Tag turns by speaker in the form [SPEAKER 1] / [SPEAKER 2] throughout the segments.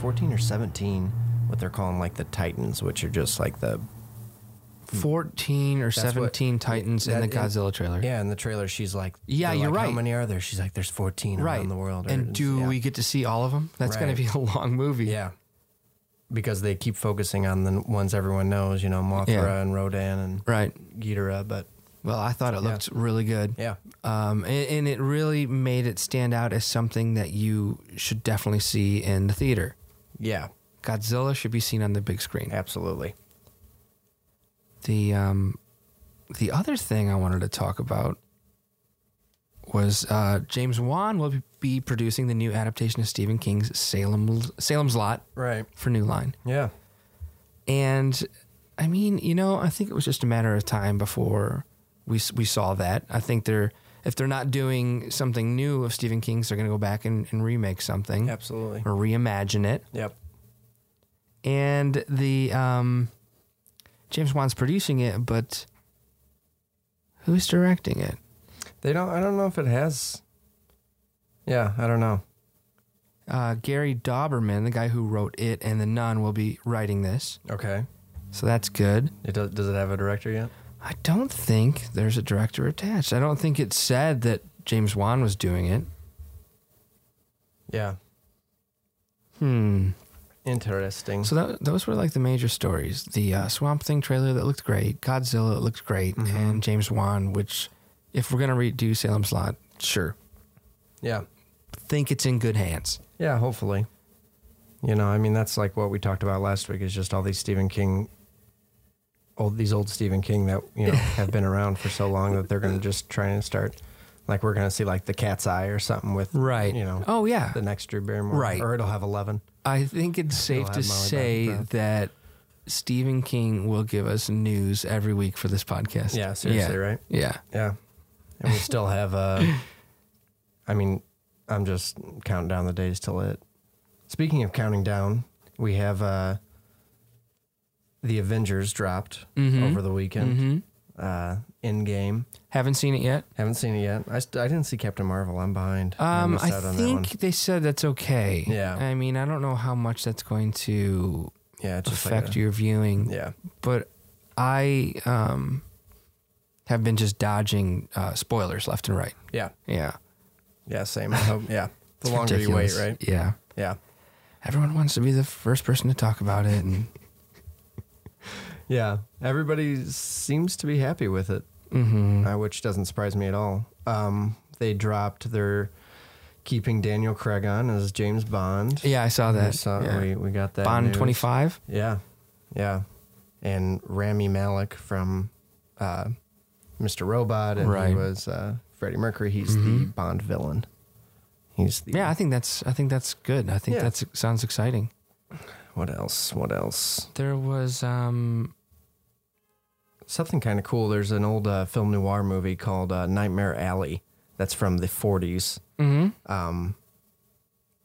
[SPEAKER 1] 14 or 17, what they're calling like the Titans, which are just like the
[SPEAKER 2] 14 or
[SPEAKER 1] Hmm. That's what-
[SPEAKER 2] 17 Titans in
[SPEAKER 1] that
[SPEAKER 2] the
[SPEAKER 1] is-
[SPEAKER 2] Godzilla trailer.
[SPEAKER 1] Yeah, in the trailer, she's like,
[SPEAKER 2] Yeah,
[SPEAKER 1] they're
[SPEAKER 2] you're
[SPEAKER 1] like, How
[SPEAKER 2] right.
[SPEAKER 1] many are there? She's like, there's 14
[SPEAKER 2] Right.
[SPEAKER 1] around the world. or-
[SPEAKER 2] And do
[SPEAKER 1] yeah.
[SPEAKER 2] we get to see all of them? That's going
[SPEAKER 1] Right.
[SPEAKER 2] to be a long movie.
[SPEAKER 1] Yeah, because they keep focusing on the ones everyone knows. You know, Mothra
[SPEAKER 2] Yeah.
[SPEAKER 1] and Rodan and
[SPEAKER 2] Right.
[SPEAKER 1] Ghidorah. But
[SPEAKER 2] Well, I thought it
[SPEAKER 1] Yeah.
[SPEAKER 2] looked really good.
[SPEAKER 1] yeah,
[SPEAKER 2] Um, and, and it really made it stand out as something that you should definitely see in the theater.
[SPEAKER 1] yeah,
[SPEAKER 2] Godzilla should be seen on the big screen.
[SPEAKER 1] absolutely.
[SPEAKER 2] The um, the other thing I wanted to talk about was uh, James Wan will be producing the new adaptation of Stephen King's Salem Salem's Lot
[SPEAKER 1] Right.
[SPEAKER 2] for New Line.
[SPEAKER 1] Yeah.
[SPEAKER 2] And I mean, you know, I think it was just a matter of time before we we saw that. I think they're if they're not doing something new of Stephen King's, they're going to go back and, and remake something
[SPEAKER 1] Absolutely.
[SPEAKER 2] or reimagine it.
[SPEAKER 1] Yep.
[SPEAKER 2] And the um, James Wan's producing it, but who's directing it?
[SPEAKER 1] They don't. I don't know if it has. Yeah, I don't know.
[SPEAKER 2] Uh, Gary Dauberman, the guy who wrote it and The Nun, will be writing this,
[SPEAKER 1] Okay.
[SPEAKER 2] so that's good.
[SPEAKER 1] It does. Does it have a director yet?
[SPEAKER 2] I don't think there's a director attached. I don't think it said that James Wan was doing it.
[SPEAKER 1] Yeah.
[SPEAKER 2] Hmm.
[SPEAKER 1] Interesting.
[SPEAKER 2] So that, those were like the major stories. The uh, Swamp Thing trailer that looked great, Godzilla that looked great, and James Wan. Which, if we're gonna redo Salem's Lot, sure,
[SPEAKER 1] yeah.
[SPEAKER 2] think it's in good hands.
[SPEAKER 1] Yeah. Hopefully. You know, I mean, that's like what we talked about last week. Is just all these Stephen King. Old these old Stephen King that you know have been around for so long that they're going to just try and start, like we're going to see like the Cat's Eye or something with you know
[SPEAKER 2] Oh yeah.
[SPEAKER 1] the next Drew Barrymore
[SPEAKER 2] Right.
[SPEAKER 1] or it'll have eleven
[SPEAKER 2] I think it's safe
[SPEAKER 1] I'll
[SPEAKER 2] to
[SPEAKER 1] have my own
[SPEAKER 2] say
[SPEAKER 1] background.
[SPEAKER 2] that Stephen King will give us news every week for this podcast.
[SPEAKER 1] Yeah, seriously, right?
[SPEAKER 2] Yeah.
[SPEAKER 1] yeah and we still have uh I mean I'm just counting down the days till it. Speaking of counting down, we have uh the Avengers dropped
[SPEAKER 2] Mhm.
[SPEAKER 1] over the weekend.
[SPEAKER 2] hmm
[SPEAKER 1] Uh, in game,
[SPEAKER 2] Haven't seen it yet.
[SPEAKER 1] haven't seen it yet. I, st- I didn't see Captain Marvel. I'm behind.
[SPEAKER 2] Um,
[SPEAKER 1] missed
[SPEAKER 2] I
[SPEAKER 1] out on that one.
[SPEAKER 2] think they said that's okay.
[SPEAKER 1] Yeah.
[SPEAKER 2] I mean, I don't know how much that's going to
[SPEAKER 1] yeah, it's just like
[SPEAKER 2] affect
[SPEAKER 1] a-
[SPEAKER 2] your viewing,
[SPEAKER 1] Yeah,
[SPEAKER 2] but I um, have been just dodging uh, spoilers left and right.
[SPEAKER 1] yeah,
[SPEAKER 2] Yeah.
[SPEAKER 1] yeah. Same. I hope. Yeah, the
[SPEAKER 2] It's
[SPEAKER 1] longer
[SPEAKER 2] ridiculous.
[SPEAKER 1] you wait, right?
[SPEAKER 2] Yeah.
[SPEAKER 1] Yeah,
[SPEAKER 2] Everyone wants to be the first person to talk about it. And,
[SPEAKER 1] yeah. Everybody seems to be happy with it.
[SPEAKER 2] Mhm.
[SPEAKER 1] uh, which doesn't surprise me at all. Um, they dropped their keeping Daniel Craig on as James Bond.
[SPEAKER 2] Yeah, I saw that.
[SPEAKER 1] We, saw-
[SPEAKER 2] Yeah.
[SPEAKER 1] we, we got that.
[SPEAKER 2] Bond
[SPEAKER 1] news.
[SPEAKER 2] 25.
[SPEAKER 1] Yeah, yeah. And Rami Malek from uh, Mr. Robot, and he
[SPEAKER 2] Right. Mm-hmm.
[SPEAKER 1] was uh, Freddie Mercury. He's the Bond villain. He's the
[SPEAKER 2] Yeah, I think that's I think that's good. I think
[SPEAKER 1] Yeah.
[SPEAKER 2] that's that sounds exciting.
[SPEAKER 1] What else? What else?
[SPEAKER 2] There was um
[SPEAKER 1] Something kind of cool. There's an old uh, film noir movie called uh, Nightmare Alley. That's from the 40s.
[SPEAKER 2] mhm.
[SPEAKER 1] Um,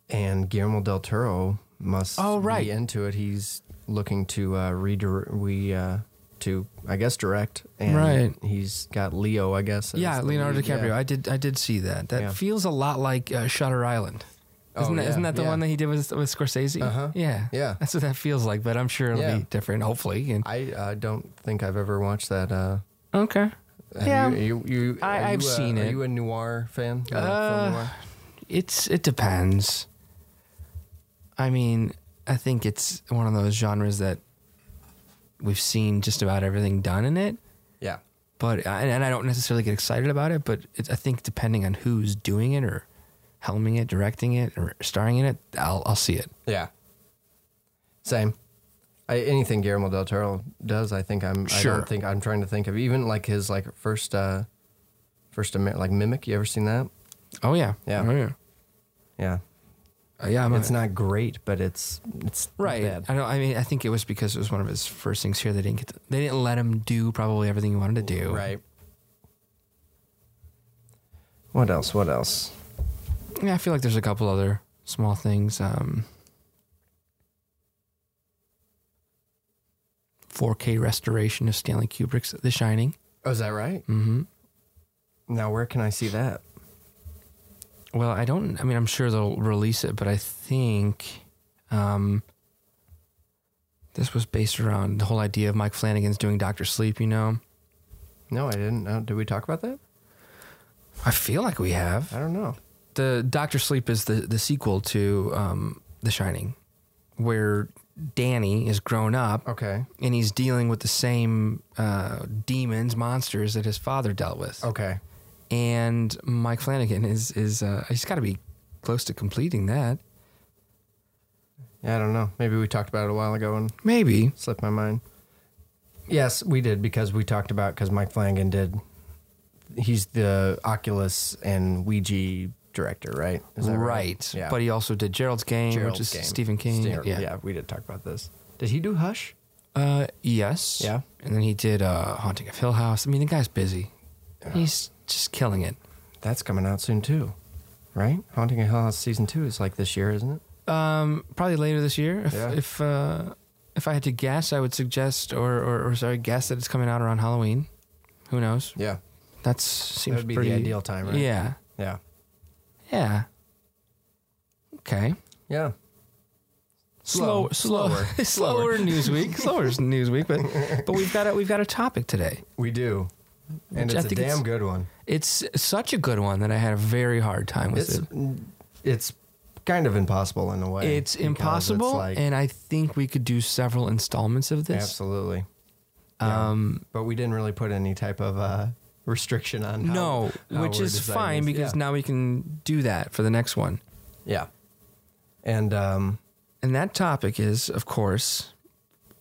[SPEAKER 1] and Guillermo del Toro must
[SPEAKER 2] Oh, right.
[SPEAKER 1] be into it. He's looking to uh, redirect. We uh, to I guess direct. And
[SPEAKER 2] Right.
[SPEAKER 1] He's got Leo. I guess. as
[SPEAKER 2] yeah,
[SPEAKER 1] the
[SPEAKER 2] Leonardo
[SPEAKER 1] lead.
[SPEAKER 2] DiCaprio.
[SPEAKER 1] Yeah.
[SPEAKER 2] I did I did see that. That
[SPEAKER 1] Yeah.
[SPEAKER 2] feels a lot like uh, Shutter Island.
[SPEAKER 1] Oh,
[SPEAKER 2] Isn't, that,
[SPEAKER 1] yeah,
[SPEAKER 2] isn't that the
[SPEAKER 1] yeah.
[SPEAKER 2] one that he did with with Scorsese?
[SPEAKER 1] Uh-huh.
[SPEAKER 2] Yeah.
[SPEAKER 1] Yeah.
[SPEAKER 2] That's what that feels like, but I'm sure it'll
[SPEAKER 1] Yeah.
[SPEAKER 2] be different hopefully. And
[SPEAKER 1] I uh, don't think I've ever watched that. Uh,
[SPEAKER 2] Okay.
[SPEAKER 1] have
[SPEAKER 2] Yeah.
[SPEAKER 1] You, you, you,
[SPEAKER 2] I-
[SPEAKER 1] are
[SPEAKER 2] I've
[SPEAKER 1] you, uh,
[SPEAKER 2] seen
[SPEAKER 1] Are
[SPEAKER 2] it.
[SPEAKER 1] you a noir fan? You like film
[SPEAKER 2] Uh,
[SPEAKER 1] noir?
[SPEAKER 2] It's it depends. I mean, I think it's one of those genres that we've seen just about everything done in it.
[SPEAKER 1] Yeah.
[SPEAKER 2] but and, and I don't necessarily get excited about it, but it, I think depending on who's doing it or helming it, directing it, or starring in it, I'll I'll see it.
[SPEAKER 1] Yeah. Same. I, anything Guillermo del Toro does, I think I'm. I
[SPEAKER 2] Sure.
[SPEAKER 1] don't think I'm trying to think of even like his like first, uh first Amer- like mimic. You ever seen that?
[SPEAKER 2] Oh yeah,
[SPEAKER 1] Yeah.
[SPEAKER 2] oh, yeah,
[SPEAKER 1] Yeah.
[SPEAKER 2] Uh, yeah. I'm
[SPEAKER 1] it's
[SPEAKER 2] a,
[SPEAKER 1] not great, but it's it's not
[SPEAKER 2] right.
[SPEAKER 1] bad.
[SPEAKER 2] I don't. I mean, I think it was because it was one of his first things here. They didn't get. To, they didn't let him do probably everything he wanted to do.
[SPEAKER 1] Right. What else? What else?
[SPEAKER 2] Yeah, I feel like there's a couple other small things. Um, 4K restoration of Stanley Kubrick's The Shining.
[SPEAKER 1] Oh, is that right?
[SPEAKER 2] Mm-hmm.
[SPEAKER 1] Now, where can I see that?
[SPEAKER 2] Well, I don't. I mean, I'm sure they'll release it, but I think Um, this was based around the whole idea of Mike Flanagan's doing Doctor Sleep. You know,
[SPEAKER 1] No, I didn't. know. Did we talk about that?
[SPEAKER 2] I feel like we have
[SPEAKER 1] I don't know.
[SPEAKER 2] the Doctor Sleep is the the sequel to um, The Shining, where Danny is grown up
[SPEAKER 1] Okay.
[SPEAKER 2] and he's dealing with the same uh, demons, monsters that his father dealt with.
[SPEAKER 1] Okay.
[SPEAKER 2] and Mike Flanagan is is uh, he's got to be close to completing that.
[SPEAKER 1] Yeah, I don't know. Maybe we talked about it a while ago and
[SPEAKER 2] Maybe.
[SPEAKER 1] slipped my mind. Yes, we did because we talked about because Mike Flanagan did. He's the Oculus and Ouija director, right? Is that
[SPEAKER 2] right.
[SPEAKER 1] Yeah.
[SPEAKER 2] But he also did Gerald's Game,
[SPEAKER 1] Gerald's
[SPEAKER 2] which is
[SPEAKER 1] Game.
[SPEAKER 2] Stephen King.
[SPEAKER 1] Ste-
[SPEAKER 2] yeah.
[SPEAKER 1] we did talk about this. Did he do Hush?
[SPEAKER 2] Uh, yes.
[SPEAKER 1] Yeah.
[SPEAKER 2] And then he did uh, Haunting of Hill House. I mean, the guy's busy. He's just killing it.
[SPEAKER 1] That's coming out soon too, right? Haunting of Hill House season two is like this year, isn't it?
[SPEAKER 2] Um, probably later this year. If
[SPEAKER 1] Yeah.
[SPEAKER 2] if, uh, if I had to guess, I would suggest or, or or sorry, guess that it's coming out around Halloween. Who knows?
[SPEAKER 1] Yeah,
[SPEAKER 2] That seems
[SPEAKER 1] that would be
[SPEAKER 2] pretty
[SPEAKER 1] the ideal time, right?
[SPEAKER 2] Yeah.
[SPEAKER 1] yeah,
[SPEAKER 2] Yeah. Okay.
[SPEAKER 1] yeah.
[SPEAKER 2] slow,
[SPEAKER 1] Slow-
[SPEAKER 2] slow,
[SPEAKER 1] slower.
[SPEAKER 2] slower, slower Newsweek, slower Newsweek, but but we've got a, we've got a topic today.
[SPEAKER 1] We do, and
[SPEAKER 2] Which I
[SPEAKER 1] it's a
[SPEAKER 2] think
[SPEAKER 1] damn
[SPEAKER 2] it's-
[SPEAKER 1] good one.
[SPEAKER 2] It's such a good one that I had a very hard time with
[SPEAKER 1] It's
[SPEAKER 2] it.
[SPEAKER 1] it's kind of impossible in a way.
[SPEAKER 2] It's
[SPEAKER 1] because
[SPEAKER 2] impossible,
[SPEAKER 1] It's like,
[SPEAKER 2] and I think we could do several installments of this.
[SPEAKER 1] absolutely. yeah.
[SPEAKER 2] Um,
[SPEAKER 1] But we didn't really put any type of uh, restriction on. How,
[SPEAKER 2] no,
[SPEAKER 1] how
[SPEAKER 2] which
[SPEAKER 1] we're
[SPEAKER 2] is
[SPEAKER 1] deciding
[SPEAKER 2] fine
[SPEAKER 1] this.
[SPEAKER 2] because
[SPEAKER 1] yeah.
[SPEAKER 2] now we can do that for the next one.
[SPEAKER 1] yeah, and um,
[SPEAKER 2] And that topic is, of course,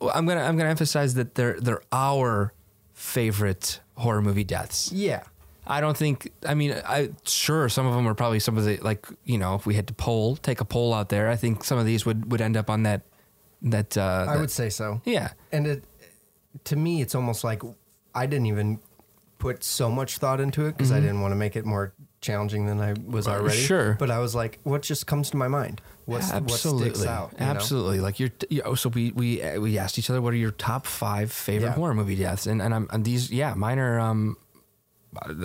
[SPEAKER 2] well, I'm gonna I'm gonna emphasize that they're they're our favorite horror movie deaths.
[SPEAKER 1] yeah,
[SPEAKER 2] I don't think. I mean, I sure some of them are probably some of the like you know if we had to poll, take a poll out there. I think some of these would would end up on that that. Uh,
[SPEAKER 1] I
[SPEAKER 2] that-
[SPEAKER 1] would say so.
[SPEAKER 2] Yeah.
[SPEAKER 1] and it to me it's almost like i didn't even put so much thought into it because i didn't want to make it more challenging than i was
[SPEAKER 2] Uh,
[SPEAKER 1] already
[SPEAKER 2] Mm-hmm. sure.
[SPEAKER 1] but i was like what just comes to my mind what's
[SPEAKER 2] absolutely,
[SPEAKER 1] what sticks out you know?
[SPEAKER 2] absolutely. Like you're, you know, so we we uh, we asked each other what are your top five favorite
[SPEAKER 1] Yeah.
[SPEAKER 2] horror movie deaths, and and, I'm, and these, yeah, mine are. Um,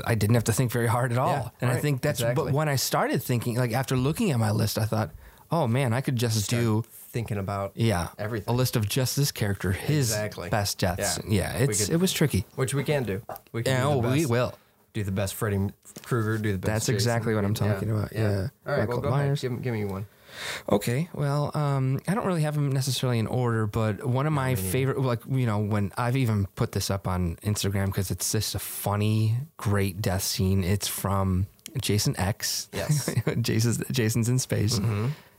[SPEAKER 2] I didn't have to think very hard at all,
[SPEAKER 1] Yeah,
[SPEAKER 2] and I
[SPEAKER 1] right,
[SPEAKER 2] think that's.
[SPEAKER 1] exactly.
[SPEAKER 2] But when I started thinking, like after looking at my list, I thought, oh man, I could just do
[SPEAKER 1] thinking about
[SPEAKER 2] Yeah,
[SPEAKER 1] Everything.
[SPEAKER 2] A list of just this character, his
[SPEAKER 1] Exactly.
[SPEAKER 2] best deaths.
[SPEAKER 1] Yeah.
[SPEAKER 2] Yeah,
[SPEAKER 1] We
[SPEAKER 2] it's
[SPEAKER 1] could-
[SPEAKER 2] it was tricky.
[SPEAKER 1] which we can do we can
[SPEAKER 2] Yeah,
[SPEAKER 1] do
[SPEAKER 2] oh,
[SPEAKER 1] the
[SPEAKER 2] we
[SPEAKER 1] best-
[SPEAKER 2] will.
[SPEAKER 1] do the best freddy krueger do the best
[SPEAKER 2] That's
[SPEAKER 1] Jason.
[SPEAKER 2] exactly what I'm talking about, yeah.
[SPEAKER 1] all right well
[SPEAKER 2] Michael
[SPEAKER 1] go ahead.
[SPEAKER 2] Myers.
[SPEAKER 1] Give, give me one
[SPEAKER 2] Okay, well, um, I don't really have them necessarily in order, but one of my favorite, like you know, when I've even put this up on Instagram because it's just a funny, great death scene. It's from Jason X.
[SPEAKER 1] Yes. Mm-hmm.
[SPEAKER 2] Jason's Jason's in space.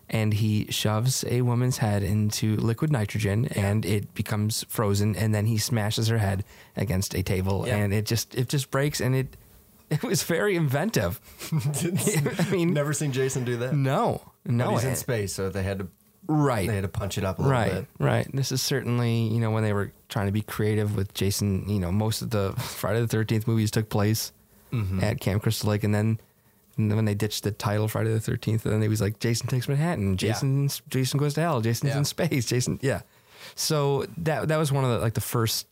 [SPEAKER 2] And he shoves a woman's head into liquid nitrogen, and it becomes frozen. And then he smashes her head against a table,
[SPEAKER 1] Yeah.
[SPEAKER 2] and it just it just breaks. And it it was very inventive. I mean,
[SPEAKER 1] never seen jason do that
[SPEAKER 2] no,
[SPEAKER 1] But
[SPEAKER 2] no,
[SPEAKER 1] he's in
[SPEAKER 2] it-
[SPEAKER 1] space so they had to
[SPEAKER 2] right,
[SPEAKER 1] they had to punch it up a little
[SPEAKER 2] right,
[SPEAKER 1] bit
[SPEAKER 2] Right. This is certainly, you know, when they were trying to be creative with Jason, you know, most of the Friday the 13th movies took place
[SPEAKER 1] Mm-hmm.
[SPEAKER 2] at Camp Crystal Lake. And then, and then when they ditched the title Friday the 13th, and then it was like, Jason takes Manhattan,
[SPEAKER 1] Yeah.
[SPEAKER 2] Jason, Jason goes to hell, Jason's
[SPEAKER 1] Yeah.
[SPEAKER 2] in space, Jason, yeah. So that, that was one of the, like the first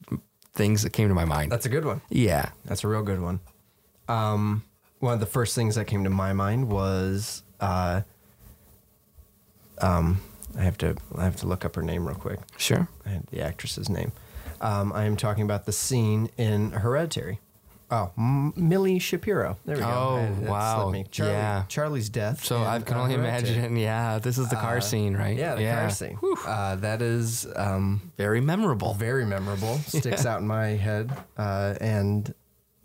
[SPEAKER 2] things that came to my mind.
[SPEAKER 1] that's a good one
[SPEAKER 2] yeah.
[SPEAKER 1] That's a real good one. Um, one of the first things that came to my mind was, uh, um, I have to I have to look up her name real quick.
[SPEAKER 2] Sure.
[SPEAKER 1] I had the actress's name. Um, I am talking about the scene in Hereditary. Oh, M- Millie Shapiro. There we go.
[SPEAKER 2] Oh,
[SPEAKER 1] I- that slipped
[SPEAKER 2] wow.
[SPEAKER 1] me. Charlie,
[SPEAKER 2] Yeah.
[SPEAKER 1] Charlie's death.
[SPEAKER 2] So
[SPEAKER 1] in,
[SPEAKER 2] I can
[SPEAKER 1] uh,
[SPEAKER 2] only
[SPEAKER 1] Hereditary.
[SPEAKER 2] imagine. Yeah. This is the car
[SPEAKER 1] Uh,
[SPEAKER 2] scene, right?
[SPEAKER 1] Yeah, the car scene.
[SPEAKER 2] Whew.
[SPEAKER 1] Uh, that is um,
[SPEAKER 2] Very memorable.
[SPEAKER 1] very memorable, sticks out in my head, uh, and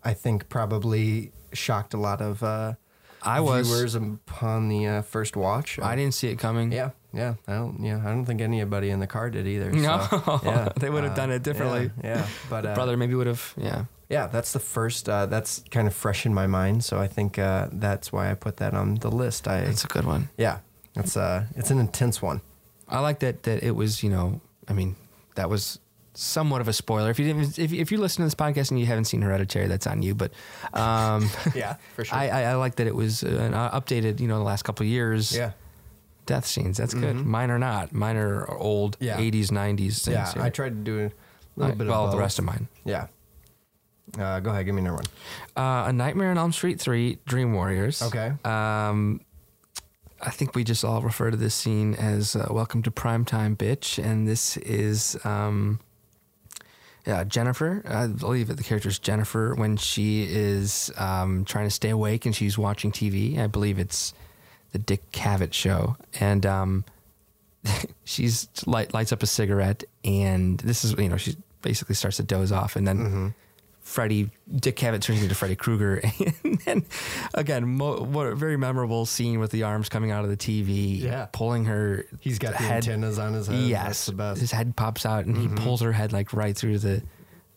[SPEAKER 1] I think probably shocked a lot of uh,
[SPEAKER 2] I was.
[SPEAKER 1] viewers upon the uh, first watch.
[SPEAKER 2] I didn't see it coming.
[SPEAKER 1] Yeah, yeah. I don't. Yeah, I don't think anybody in the car did either.
[SPEAKER 2] No.
[SPEAKER 1] so, yeah, Uh,
[SPEAKER 2] They would have done it
[SPEAKER 1] yeah,
[SPEAKER 2] differently.
[SPEAKER 1] Yeah, but uh,
[SPEAKER 2] brother maybe would have yeah
[SPEAKER 1] yeah, that's the first. Uh, that's kind of fresh in my mind, so I think uh, that's why I put that on the list. I
[SPEAKER 2] that's a good one
[SPEAKER 1] yeah, it's uh, it's an intense one.
[SPEAKER 2] i like that that it was you know i mean that was somewhat of a spoiler if you didn't if, if you listen to this podcast and you haven't seen hereditary that's on you but um
[SPEAKER 1] Yeah, for
[SPEAKER 2] I, I i like that it was an uh, updated you know the last couple of years
[SPEAKER 1] yeah. Mm-hmm.
[SPEAKER 2] death scenes that's good mine are not mine are old
[SPEAKER 1] Yeah.
[SPEAKER 2] 80s 90s things
[SPEAKER 1] Yeah, I tried to do a little
[SPEAKER 2] I-
[SPEAKER 1] bit
[SPEAKER 2] well
[SPEAKER 1] of
[SPEAKER 2] the
[SPEAKER 1] both.
[SPEAKER 2] rest of mine
[SPEAKER 1] Yeah. Uh, go ahead, give me another one.
[SPEAKER 2] uh, a nightmare on elm street 3 dream warriors
[SPEAKER 1] Okay.
[SPEAKER 2] um I think we just all refer to this scene as uh, "Welcome to Primetime, Bitch," and this is um, yeah, Jennifer. I believe that the character is Jennifer when she is um, trying to stay awake and she's watching TV. I believe it's the Dick Cavett show, and um, she's light, lights up a cigarette, and this is you know she basically starts to doze off, and then.
[SPEAKER 1] Mm-hmm.
[SPEAKER 2] Freddy Dick Cavett turns into Freddy Krueger, and then again, mo- what a very memorable scene with the arms coming out of the TV,
[SPEAKER 1] Yeah.
[SPEAKER 2] pulling her.
[SPEAKER 1] He's got the
[SPEAKER 2] head
[SPEAKER 1] antennas on his head.
[SPEAKER 2] yes,
[SPEAKER 1] Uh, That's the best. Mm-hmm.
[SPEAKER 2] his head pops out and he pulls her head like right through the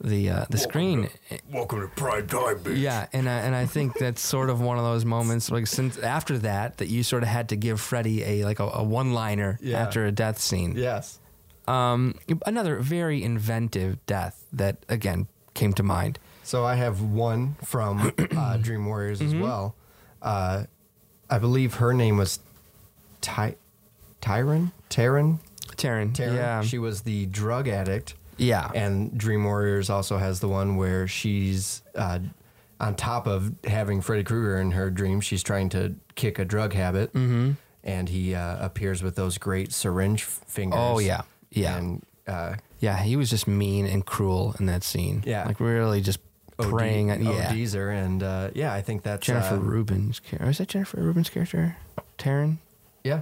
[SPEAKER 2] the uh, the screen.
[SPEAKER 1] Welcome to prime time, bitch.
[SPEAKER 2] Yeah, and I, and I think that's sort of one of those moments like since after that that you sort of had to give Freddy a like a, a one liner
[SPEAKER 1] Yeah.
[SPEAKER 2] after a death scene.
[SPEAKER 1] Yes.
[SPEAKER 2] Um, another very inventive death that again came to mind.
[SPEAKER 1] So I have one from uh, Dream Warriors as
[SPEAKER 2] Mm-hmm.
[SPEAKER 1] well. Uh, I believe her name was Ty- Tyron? Taryn?
[SPEAKER 2] Taryn,
[SPEAKER 1] Taryn.
[SPEAKER 2] yeah,
[SPEAKER 1] She was the drug addict.
[SPEAKER 2] yeah,
[SPEAKER 1] And Dream Warriors also has the one where she's uh, on top of having Freddy Krueger in her dream, she's trying to kick a drug habit. Mm-hmm. And he uh, appears with those great syringe f- fingers.
[SPEAKER 2] Oh, yeah. Yeah.
[SPEAKER 1] And uh,
[SPEAKER 2] yeah. He was just mean and cruel in that scene.
[SPEAKER 1] Yeah.
[SPEAKER 2] like really just
[SPEAKER 1] OD,
[SPEAKER 2] praying. at, yeah,
[SPEAKER 1] ODs her. And uh, yeah, I think that's.
[SPEAKER 2] Jennifer
[SPEAKER 1] uh,
[SPEAKER 2] Rubin's character. Is that Jennifer Rubin's character? Taryn?
[SPEAKER 1] Yeah.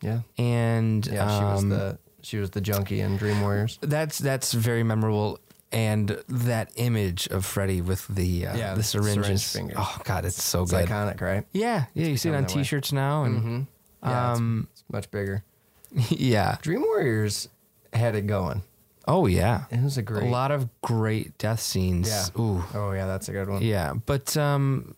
[SPEAKER 1] Yeah.
[SPEAKER 2] And
[SPEAKER 1] Yeah, she was
[SPEAKER 2] um,
[SPEAKER 1] the she was the junkie in Dream Warriors.
[SPEAKER 2] that's that's very memorable. And that image of Freddy with the uh,
[SPEAKER 1] Yeah,
[SPEAKER 2] the
[SPEAKER 1] the
[SPEAKER 2] syringes.
[SPEAKER 1] syringe fingers.
[SPEAKER 2] Oh God, it's so
[SPEAKER 1] It's
[SPEAKER 2] good.
[SPEAKER 1] iconic, right?
[SPEAKER 2] yeah, yeah. You see it
[SPEAKER 1] become
[SPEAKER 2] on
[SPEAKER 1] that way.
[SPEAKER 2] T-shirts now, and
[SPEAKER 1] Mm-hmm. Yeah,
[SPEAKER 2] Um,
[SPEAKER 1] it's, it's much bigger.
[SPEAKER 2] yeah.
[SPEAKER 1] Dream Warriors had it going.
[SPEAKER 2] Oh yeah,
[SPEAKER 1] It was a great.
[SPEAKER 2] a lot of great death scenes.
[SPEAKER 1] Yeah.
[SPEAKER 2] Ooh.
[SPEAKER 1] Oh yeah, that's a good one.
[SPEAKER 2] Yeah, but um,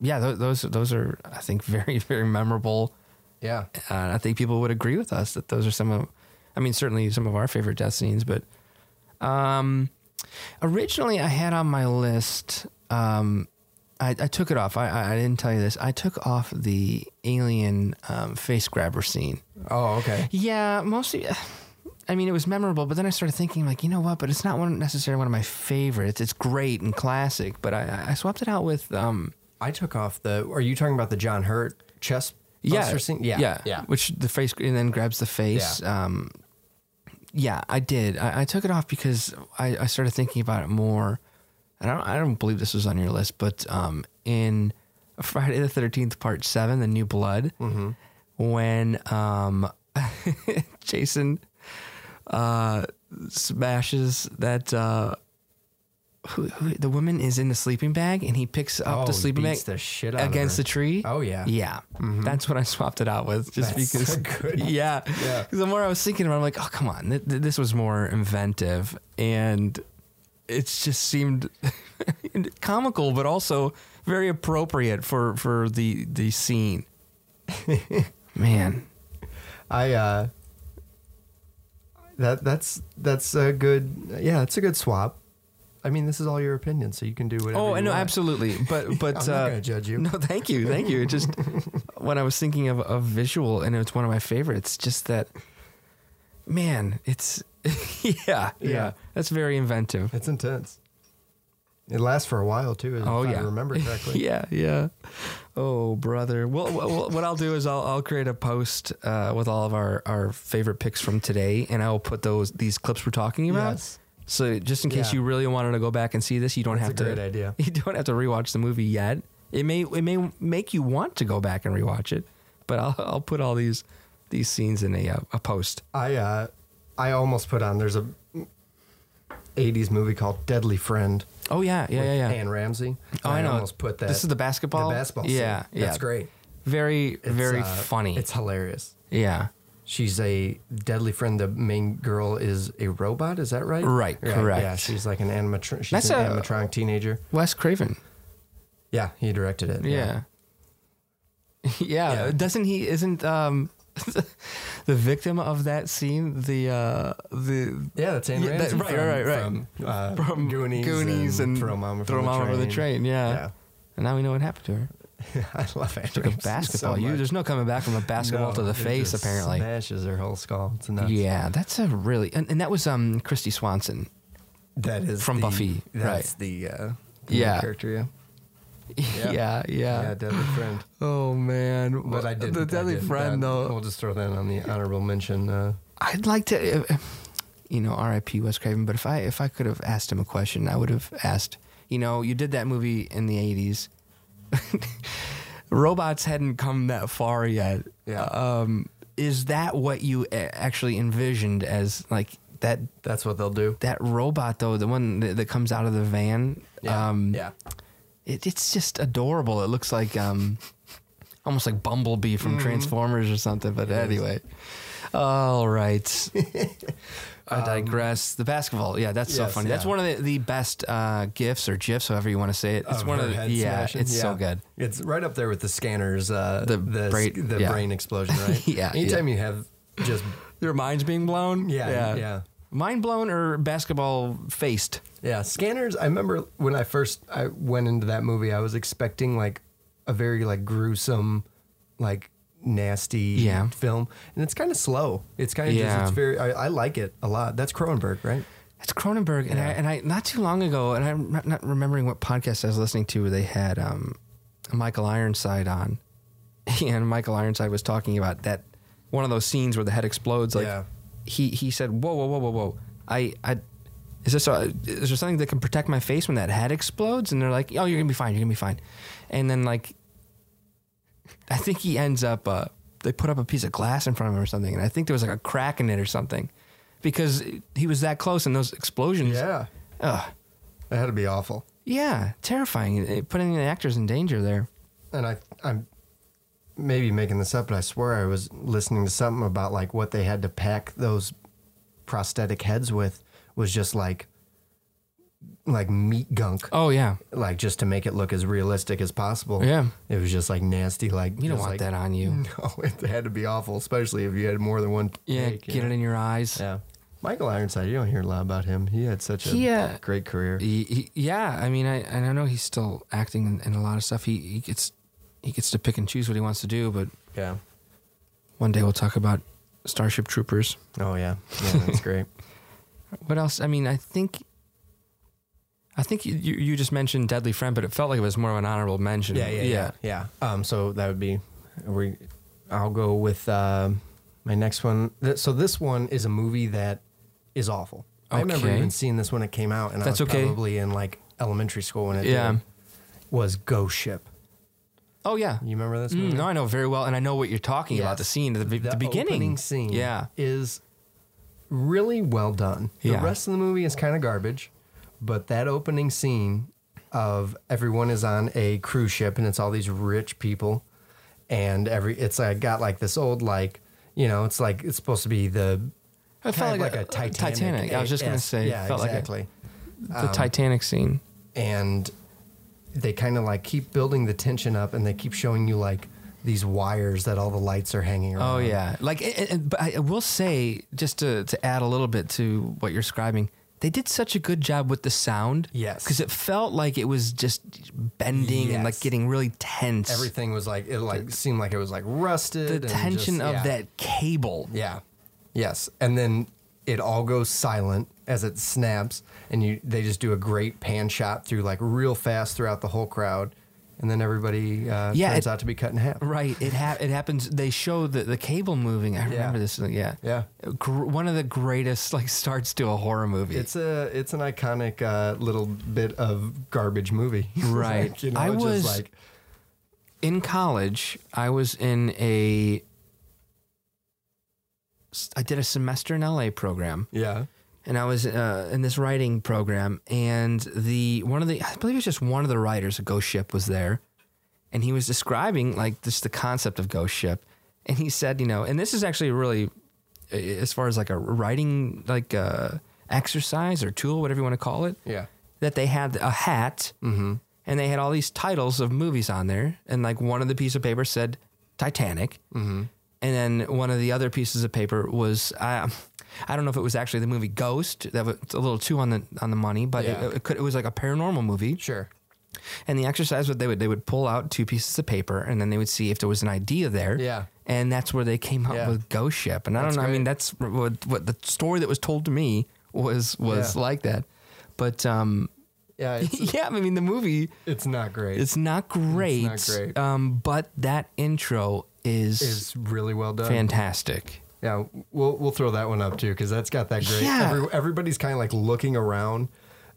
[SPEAKER 2] yeah. Th- those those are I think very very memorable.
[SPEAKER 1] Yeah.
[SPEAKER 2] Uh, I think people would agree with us that those are some of, I mean, certainly some of our favorite death scenes. But um, originally, I had on my list. Um, I, I took it off. I- I, I didn't tell you this. I took off the alien um, face grabber scene.
[SPEAKER 1] Oh okay.
[SPEAKER 2] Yeah, mostly. I mean, it was memorable, but then I started thinking, like, you know what? But it's not one necessarily one of my favorites. It's great and classic, but I, I swapped it out with um,
[SPEAKER 1] I took off the. Are you talking about the John Hurt chest?
[SPEAKER 2] yeah,
[SPEAKER 1] buster scene? yeah,
[SPEAKER 2] yeah,
[SPEAKER 1] yeah.
[SPEAKER 2] Which the face and then grabs the face. Yeah, um, yeah I did. I, I took it off because I, I started thinking about it more. And I don't, I don't believe this was on your list, but um, in Friday the Thirteenth Part Seven, The New Blood,
[SPEAKER 1] Mm-hmm.
[SPEAKER 2] when um, Jason uh, smashes that. Uh, who, who, the woman is in the sleeping bag, and he picks up
[SPEAKER 1] Oh,
[SPEAKER 2] the
[SPEAKER 1] he
[SPEAKER 2] sleeping bag
[SPEAKER 1] beats the shit out of
[SPEAKER 2] against
[SPEAKER 1] her.
[SPEAKER 2] the tree.
[SPEAKER 1] Oh, yeah.
[SPEAKER 2] yeah. That's what I swapped it out with, just
[SPEAKER 1] That's
[SPEAKER 2] because.
[SPEAKER 1] a good-
[SPEAKER 2] Yeah,
[SPEAKER 1] Yeah.
[SPEAKER 2] 'Cause The more I was thinking about, it, I'm like, oh come on, th- th- this was more inventive, and it just seemed comical, but also very appropriate for for the the scene. Man,
[SPEAKER 1] I. uh That that's that's a good. Yeah, that's a good swap. I mean, this is all your opinion, so you can do whatever.
[SPEAKER 2] Oh,
[SPEAKER 1] you
[SPEAKER 2] I know
[SPEAKER 1] want.
[SPEAKER 2] absolutely, but but
[SPEAKER 1] I'm not
[SPEAKER 2] uh,
[SPEAKER 1] gonna judge you.
[SPEAKER 2] No, thank you, thank you. It just when I was thinking of a visual, and it's one of my favorites. Just that, man, it's yeah, yeah,
[SPEAKER 1] Yeah.
[SPEAKER 2] That's very inventive.
[SPEAKER 1] It's intense. It lasts for a while too. If
[SPEAKER 2] Oh,
[SPEAKER 1] I
[SPEAKER 2] yeah.
[SPEAKER 1] remember correctly.
[SPEAKER 2] Yeah, yeah. Oh, brother. Well, well, what I'll do is I'll I'll create a post uh, with all of our our favorite picks from today, and I will put those these clips we're talking about.
[SPEAKER 1] Yes.
[SPEAKER 2] So just in case
[SPEAKER 1] Yeah.
[SPEAKER 2] you really wanted to go back and see this, you don't
[SPEAKER 1] That's
[SPEAKER 2] have
[SPEAKER 1] a
[SPEAKER 2] to.
[SPEAKER 1] great idea.
[SPEAKER 2] You don't have to rewatch the movie yet. It may it may make you want to go back and rewatch it, but I'll I'll put all these these scenes in a uh, a post.
[SPEAKER 1] I uh, I almost put on. There's a '80s movie called Deadly Friend.
[SPEAKER 2] Oh yeah, yeah, yeah, yeah.
[SPEAKER 1] Anne Ramsey.
[SPEAKER 2] oh, I know.
[SPEAKER 1] almost put that.
[SPEAKER 2] This is the basketball.
[SPEAKER 1] The basketball.
[SPEAKER 2] Yeah,
[SPEAKER 1] scene.
[SPEAKER 2] yeah.
[SPEAKER 1] That's great.
[SPEAKER 2] Very
[SPEAKER 1] It's,
[SPEAKER 2] very
[SPEAKER 1] uh,
[SPEAKER 2] funny.
[SPEAKER 1] It's hilarious.
[SPEAKER 2] yeah.
[SPEAKER 1] She's a deadly friend. The main girl is a robot. Is that right?
[SPEAKER 2] Right, correct.
[SPEAKER 1] Yeah, she's like an animatronic. She's
[SPEAKER 2] That's
[SPEAKER 1] an
[SPEAKER 2] a-
[SPEAKER 1] animatronic teenager.
[SPEAKER 2] Wes Craven.
[SPEAKER 1] Yeah, he directed it.
[SPEAKER 2] Yeah. yeah.
[SPEAKER 1] Yeah.
[SPEAKER 2] Doesn't he isn't um the victim of that scene the uh the
[SPEAKER 1] Yeah, that's Anne
[SPEAKER 2] Yeah, that-
[SPEAKER 1] Ramsey.
[SPEAKER 2] right,
[SPEAKER 1] from,
[SPEAKER 2] right, right.
[SPEAKER 1] From, uh,
[SPEAKER 2] From
[SPEAKER 1] Goonies,
[SPEAKER 2] Goonies and
[SPEAKER 1] Throw Mama
[SPEAKER 2] throw
[SPEAKER 1] from
[SPEAKER 2] mom
[SPEAKER 1] the
[SPEAKER 2] over the
[SPEAKER 1] Train.
[SPEAKER 2] train. Yeah.
[SPEAKER 1] Yeah.
[SPEAKER 2] And now we know what happened to her.
[SPEAKER 1] I love Anne
[SPEAKER 2] Took a
[SPEAKER 1] Ramsey so
[SPEAKER 2] basketball. you,
[SPEAKER 1] much.
[SPEAKER 2] there's no coming back from a basketball
[SPEAKER 1] No,
[SPEAKER 2] to the
[SPEAKER 1] it
[SPEAKER 2] face,
[SPEAKER 1] just
[SPEAKER 2] apparently.
[SPEAKER 1] Smashes her whole skull. It's nuts.
[SPEAKER 2] Yeah, that's a really and, and that was um Christy Swanson.
[SPEAKER 1] that is
[SPEAKER 2] From
[SPEAKER 1] the-
[SPEAKER 2] Buffy,
[SPEAKER 1] That's
[SPEAKER 2] right.
[SPEAKER 1] the uh, the main
[SPEAKER 2] Yeah.
[SPEAKER 1] character. Yeah.
[SPEAKER 2] Yeah, yeah.
[SPEAKER 1] Yeah, Deadly Friend.
[SPEAKER 2] Oh man,
[SPEAKER 1] But I didn't.
[SPEAKER 2] The
[SPEAKER 1] I
[SPEAKER 2] deadly
[SPEAKER 1] didn't.
[SPEAKER 2] friend,
[SPEAKER 1] That-
[SPEAKER 2] though.
[SPEAKER 1] We'll just throw that on the honorable mention. Uh,
[SPEAKER 2] I'd like to, you know, R.I.P. Wes Craven. But if I if I could have asked him a question, I would have asked, you know, you did that movie in the '80s. Robots hadn't come that far yet.
[SPEAKER 1] Yeah.
[SPEAKER 2] Um, is that what you a- actually envisioned as like that
[SPEAKER 1] that's what they'll do.
[SPEAKER 2] that robot though, the one that, that comes out of the van? Um,
[SPEAKER 1] yeah.
[SPEAKER 2] it, it's just adorable. It looks like um, almost like Bumblebee from
[SPEAKER 1] Mm-hmm.
[SPEAKER 2] Transformers or something. But anyway, all right. I digress. the basketball, yeah, that's so
[SPEAKER 1] Um, Yes,
[SPEAKER 2] funny. That's
[SPEAKER 1] yeah.
[SPEAKER 2] one of the, the best uh, gifs or gifs, however you want to say it. It's
[SPEAKER 1] Of
[SPEAKER 2] one of
[SPEAKER 1] her
[SPEAKER 2] the
[SPEAKER 1] head
[SPEAKER 2] yeah,
[SPEAKER 1] smashing?
[SPEAKER 2] it's so
[SPEAKER 1] Yeah.
[SPEAKER 2] good.
[SPEAKER 1] It's right up there with the scanners. Uh, the
[SPEAKER 2] The
[SPEAKER 1] the
[SPEAKER 2] brain-
[SPEAKER 1] brain, the
[SPEAKER 2] yeah.
[SPEAKER 1] brain explosion. Right.
[SPEAKER 2] Yeah,
[SPEAKER 1] Anytime you have just
[SPEAKER 2] Your mind's being blown.
[SPEAKER 1] yeah yeah yeah.
[SPEAKER 2] Mind blown or basketball faced?
[SPEAKER 1] Scanners. I remember when I first I went into that movie, I was expecting like a very like gruesome, like nasty
[SPEAKER 2] Yeah.
[SPEAKER 1] film, and it's kind of slow. It's kind of
[SPEAKER 2] Yeah.
[SPEAKER 1] just it's very. I, I like it a lot. That's Cronenberg, right?
[SPEAKER 2] That's Cronenberg, and I and I not too long ago, and I'm not, not remembering what podcast I was listening to. They had um, Michael Ironside on, and Michael Ironside was talking about that one of those scenes where the head explodes. Like
[SPEAKER 1] Yeah.
[SPEAKER 2] he he said, "Whoa, whoa, whoa, whoa, whoa! I I is this a, is there something that can protect my face when that head explodes?" And they're like, "Oh, you're gonna be fine. You're gonna be fine," and then like I think he ends up. Uh, they put up a piece of glass in front of him or something, and I think there was like a crack in it or something, because he was that close and those explosions. Ugh.
[SPEAKER 1] that had to be awful.
[SPEAKER 2] yeah, terrifying. It- Putting the actors in danger there.
[SPEAKER 1] and I I'm maybe making this up, but I swear I was listening to something about like what they had to pack those prosthetic heads with was just like like meat gunk,
[SPEAKER 2] Oh yeah,
[SPEAKER 1] like just to make it look as realistic as possible.
[SPEAKER 2] Yeah.
[SPEAKER 1] it was just like nasty. Like
[SPEAKER 2] you don't
[SPEAKER 1] just, like-
[SPEAKER 2] want
[SPEAKER 1] Mm.
[SPEAKER 2] that on you.
[SPEAKER 1] No, it had to be awful, especially if you had more than one.
[SPEAKER 2] Yeah,
[SPEAKER 1] take, you
[SPEAKER 2] get
[SPEAKER 1] know?
[SPEAKER 2] it in your eyes.
[SPEAKER 1] Yeah, Michael Ironside. You don't hear a lot about him. He had such a
[SPEAKER 2] He, uh,
[SPEAKER 1] great career.
[SPEAKER 2] He, he, yeah, I mean, I and I know he's still acting in, in a lot of stuff. He, he gets he gets to pick and choose what he wants to do. But
[SPEAKER 1] yeah.
[SPEAKER 2] one day we'll talk about Starship Troopers.
[SPEAKER 1] Oh yeah. Yeah, that's great.
[SPEAKER 2] What else? I mean, I think. I think you, you you just mentioned Deadly Friend, but it felt like it was more of an honorable mention.
[SPEAKER 1] Yeah, yeah, yeah, yeah. Um, so that would be, we, I'll go with uh, my next one. Th- So this one is a movie that is awful. I remember
[SPEAKER 2] Okay.
[SPEAKER 1] even seeing this when it came out, and
[SPEAKER 2] That's
[SPEAKER 1] I was
[SPEAKER 2] okay.
[SPEAKER 1] probably in like elementary school when it
[SPEAKER 2] Yeah.
[SPEAKER 1] did, was Ghost Ship.
[SPEAKER 2] Oh yeah.
[SPEAKER 1] You remember this?
[SPEAKER 2] Mm,
[SPEAKER 1] Movie?
[SPEAKER 2] no, I know very well, and I know what you're talking about.
[SPEAKER 1] Yes.
[SPEAKER 2] The scene, the, be- the, beginning
[SPEAKER 1] opening scene.
[SPEAKER 2] Yeah.
[SPEAKER 1] is really well done. The
[SPEAKER 2] Yeah.
[SPEAKER 1] rest of the movie is kind of garbage, but that opening scene of everyone is on a cruise ship and it's all these rich people, and every it's like got like this old like you know it's like it's supposed to be the
[SPEAKER 2] It
[SPEAKER 1] kind
[SPEAKER 2] felt
[SPEAKER 1] of
[SPEAKER 2] like a-
[SPEAKER 1] Titanic.
[SPEAKER 2] Titanic. I was just gonna
[SPEAKER 1] esque.
[SPEAKER 2] say, it
[SPEAKER 1] yeah,
[SPEAKER 2] felt like a-
[SPEAKER 1] exactly
[SPEAKER 2] The
[SPEAKER 1] Um,
[SPEAKER 2] Titanic scene.
[SPEAKER 1] and they kind of like keep building the tension up and they keep showing you like these wires that all the lights are hanging around.
[SPEAKER 2] Oh yeah. Like, it, it- but I will say, just to to add a little bit to what you're describing, they did such a good job with the sound.
[SPEAKER 1] Yes.
[SPEAKER 2] Because it felt like it was just bending and like
[SPEAKER 1] Yes.
[SPEAKER 2] getting really tense.
[SPEAKER 1] everything was like it like seemed like it was like rusted
[SPEAKER 2] The
[SPEAKER 1] and just-
[SPEAKER 2] tension of
[SPEAKER 1] yeah.
[SPEAKER 2] that cable.
[SPEAKER 1] yeah yes and then it all goes silent as it snaps and you they just do a great pan shot through like real fast throughout the whole crowd and then everybody uh,
[SPEAKER 2] Yeah,
[SPEAKER 1] turns
[SPEAKER 2] it-
[SPEAKER 1] out to be cut in half
[SPEAKER 2] Right. It hap- it happens. They show the, the cable moving. I remember this. Yeah.
[SPEAKER 1] Yeah.
[SPEAKER 2] Gr- one of the greatest like starts to a horror movie.
[SPEAKER 1] it's a it's an iconic uh, little bit of garbage movie
[SPEAKER 2] Right.
[SPEAKER 1] Like, you know,
[SPEAKER 2] I
[SPEAKER 1] just
[SPEAKER 2] was-
[SPEAKER 1] like
[SPEAKER 2] in college, I was in a I did a semester in LA program,
[SPEAKER 1] yeah
[SPEAKER 2] and I was uh, in this writing program, and the one of the I believe it was just one of the writers of Ghost Ship was there, and he was describing like just the concept of Ghost Ship, and he said, you know, and this is actually really uh, as far as like a writing like uh, exercise or tool, whatever you want to call it,
[SPEAKER 1] yeah
[SPEAKER 2] that they had a hat
[SPEAKER 1] Mm-hmm.
[SPEAKER 2] and they had all these titles of movies on there. And like one of the piece of paper said Titanic. Mm-hmm. And then one of the other pieces of paper was, I, I don't know if it was actually the movie Ghost. That was a little too on the on the money, but
[SPEAKER 1] Yeah.
[SPEAKER 2] it, it, could, it was like a paranormal movie.
[SPEAKER 1] sure
[SPEAKER 2] And the exercise what they would they would pull out two pieces of paper and then they would see if there was an idea there.
[SPEAKER 1] Yeah.
[SPEAKER 2] And that's where they came up
[SPEAKER 1] Yeah.
[SPEAKER 2] with Ghost Ship. And I don't know. I mean, that's what, what the story that was told to me was was
[SPEAKER 1] Yeah.
[SPEAKER 2] like that. But um,
[SPEAKER 1] Yeah, it's,
[SPEAKER 2] yeah, I mean the movie.
[SPEAKER 1] it's not great.
[SPEAKER 2] It's not great.
[SPEAKER 1] great.
[SPEAKER 2] Um, but that intro is,
[SPEAKER 1] It's really well done.
[SPEAKER 2] fantastic.
[SPEAKER 1] Yeah, we'll we'll throw that one up too because that's got that great.
[SPEAKER 2] Yeah.
[SPEAKER 1] Every, everybody's kind of like looking around